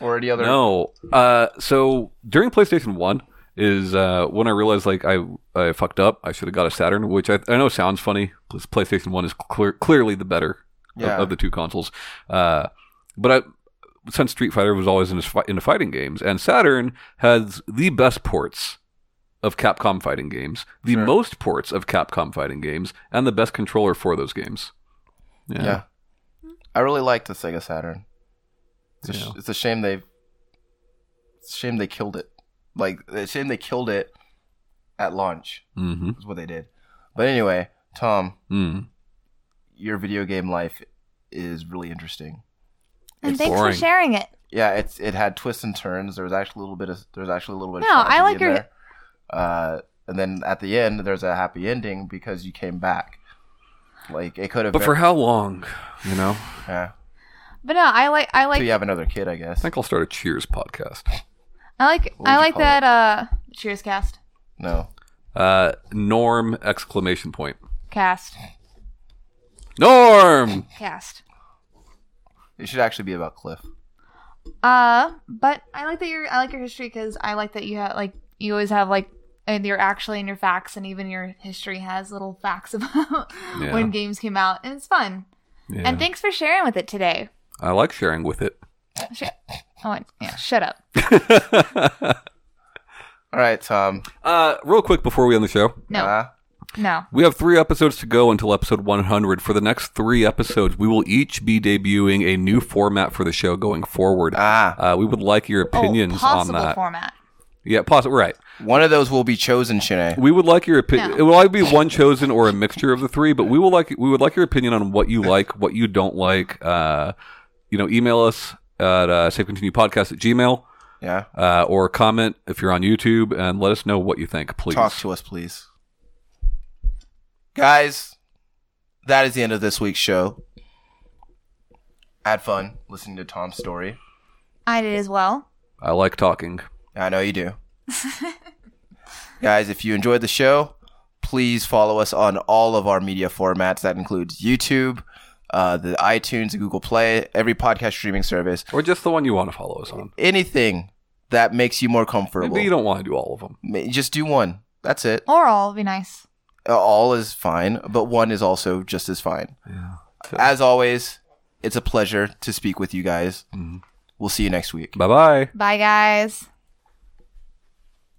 Speaker 1: or any other?
Speaker 2: No. Uh, so during PlayStation One is uh, when I realized like I I fucked up. I should have got a Saturn, which I, I know sounds funny. Plus, PlayStation One is clear, clearly the better of-
Speaker 1: Yeah.
Speaker 2: of, the two consoles. Uh, but I, since Street Fighter was always into, fi- into fighting games, and Saturn has the best ports of Capcom fighting games, the
Speaker 1: Sure.
Speaker 2: most ports of Capcom fighting games, and the best controller for those games.
Speaker 1: Yeah. I really liked the Sega Saturn. It's a, sh-
Speaker 2: Yeah.
Speaker 1: it's a shame they. It's a shame they killed it. Like it's a shame they killed it at launch
Speaker 2: Mm-hmm.
Speaker 1: is what they did. But anyway, Tom,
Speaker 2: Mm.
Speaker 1: your video game life is really interesting.
Speaker 3: And
Speaker 2: It's
Speaker 3: thanks
Speaker 2: boring.
Speaker 3: for sharing it.
Speaker 1: Yeah, it's it had twists and turns. There was actually a little bit of there was actually a little bit.
Speaker 3: No,
Speaker 1: of
Speaker 3: I
Speaker 1: tragedy
Speaker 3: like
Speaker 1: in
Speaker 3: your-
Speaker 1: There. Uh, and then at the end, there's a happy ending because you came back. Like it could have.
Speaker 2: But
Speaker 1: been,
Speaker 2: for how long? You know.
Speaker 1: yeah,
Speaker 3: But no, I like I like
Speaker 1: till you have another kid, I guess.
Speaker 2: I think I'll start a Cheers podcast.
Speaker 3: I like
Speaker 1: What would
Speaker 3: I
Speaker 1: you
Speaker 3: like
Speaker 1: call
Speaker 3: that uh Cheers cast.
Speaker 1: No,
Speaker 2: Uh, Norm exclamation point.
Speaker 3: Cast.
Speaker 2: Norm.
Speaker 3: Cast.
Speaker 1: it should actually be about Cliff.
Speaker 3: Uh but I like that your I like your history cuz I like that you have like you always have like and you're actually in your facts and even your history has little facts about
Speaker 2: Yeah.
Speaker 3: when games came out and it's fun.
Speaker 2: Yeah.
Speaker 3: And thanks for sharing with it today.
Speaker 2: I like sharing with it.
Speaker 3: Sh- oh, I- yeah, shut up.
Speaker 1: All right, Tom.
Speaker 2: uh, real quick before we end the show,
Speaker 3: No.
Speaker 1: Uh,
Speaker 3: no.
Speaker 2: we have three episodes to go until episode 100. For the next three episodes, we will each be debuting a new format for the show going forward.
Speaker 1: ah,
Speaker 2: Uh, we would like your opinions
Speaker 3: oh,
Speaker 2: on
Speaker 3: possible
Speaker 2: that.
Speaker 3: format.
Speaker 2: yeah, possible. Right.
Speaker 1: one of those will be chosen, Shanae.
Speaker 2: We would like your opinion.
Speaker 3: No.
Speaker 2: It will either be one chosen or a mixture of the three, but we will like we would like your opinion on what you like, what you don't like. Uh, you know, email us at uh, safecontinuepodcast at gmail
Speaker 1: Yeah,
Speaker 2: uh, or comment if you're on YouTube and let us know what you think, please.
Speaker 1: talk to us, please, guys. That is the end of this week's show. I had fun listening to Tom's story.
Speaker 3: I did as well.
Speaker 2: I like talking.
Speaker 1: I know you do. Guys, if you enjoyed the show, please follow us on all of our media formats. That includes YouTube, uh, the iTunes, Google Play, every podcast streaming service,
Speaker 2: Or just the one you want to follow us on.
Speaker 1: anything that makes you more comfortable.
Speaker 2: Maybe you don't want to do all of them.
Speaker 1: Ma- Just do one. That's it.
Speaker 3: Or all would be nice.
Speaker 1: Uh, All is fine, but one is also just as fine. As always, it's a pleasure to speak with you guys. We'll see you next week.
Speaker 2: Bye bye.
Speaker 3: Bye guys.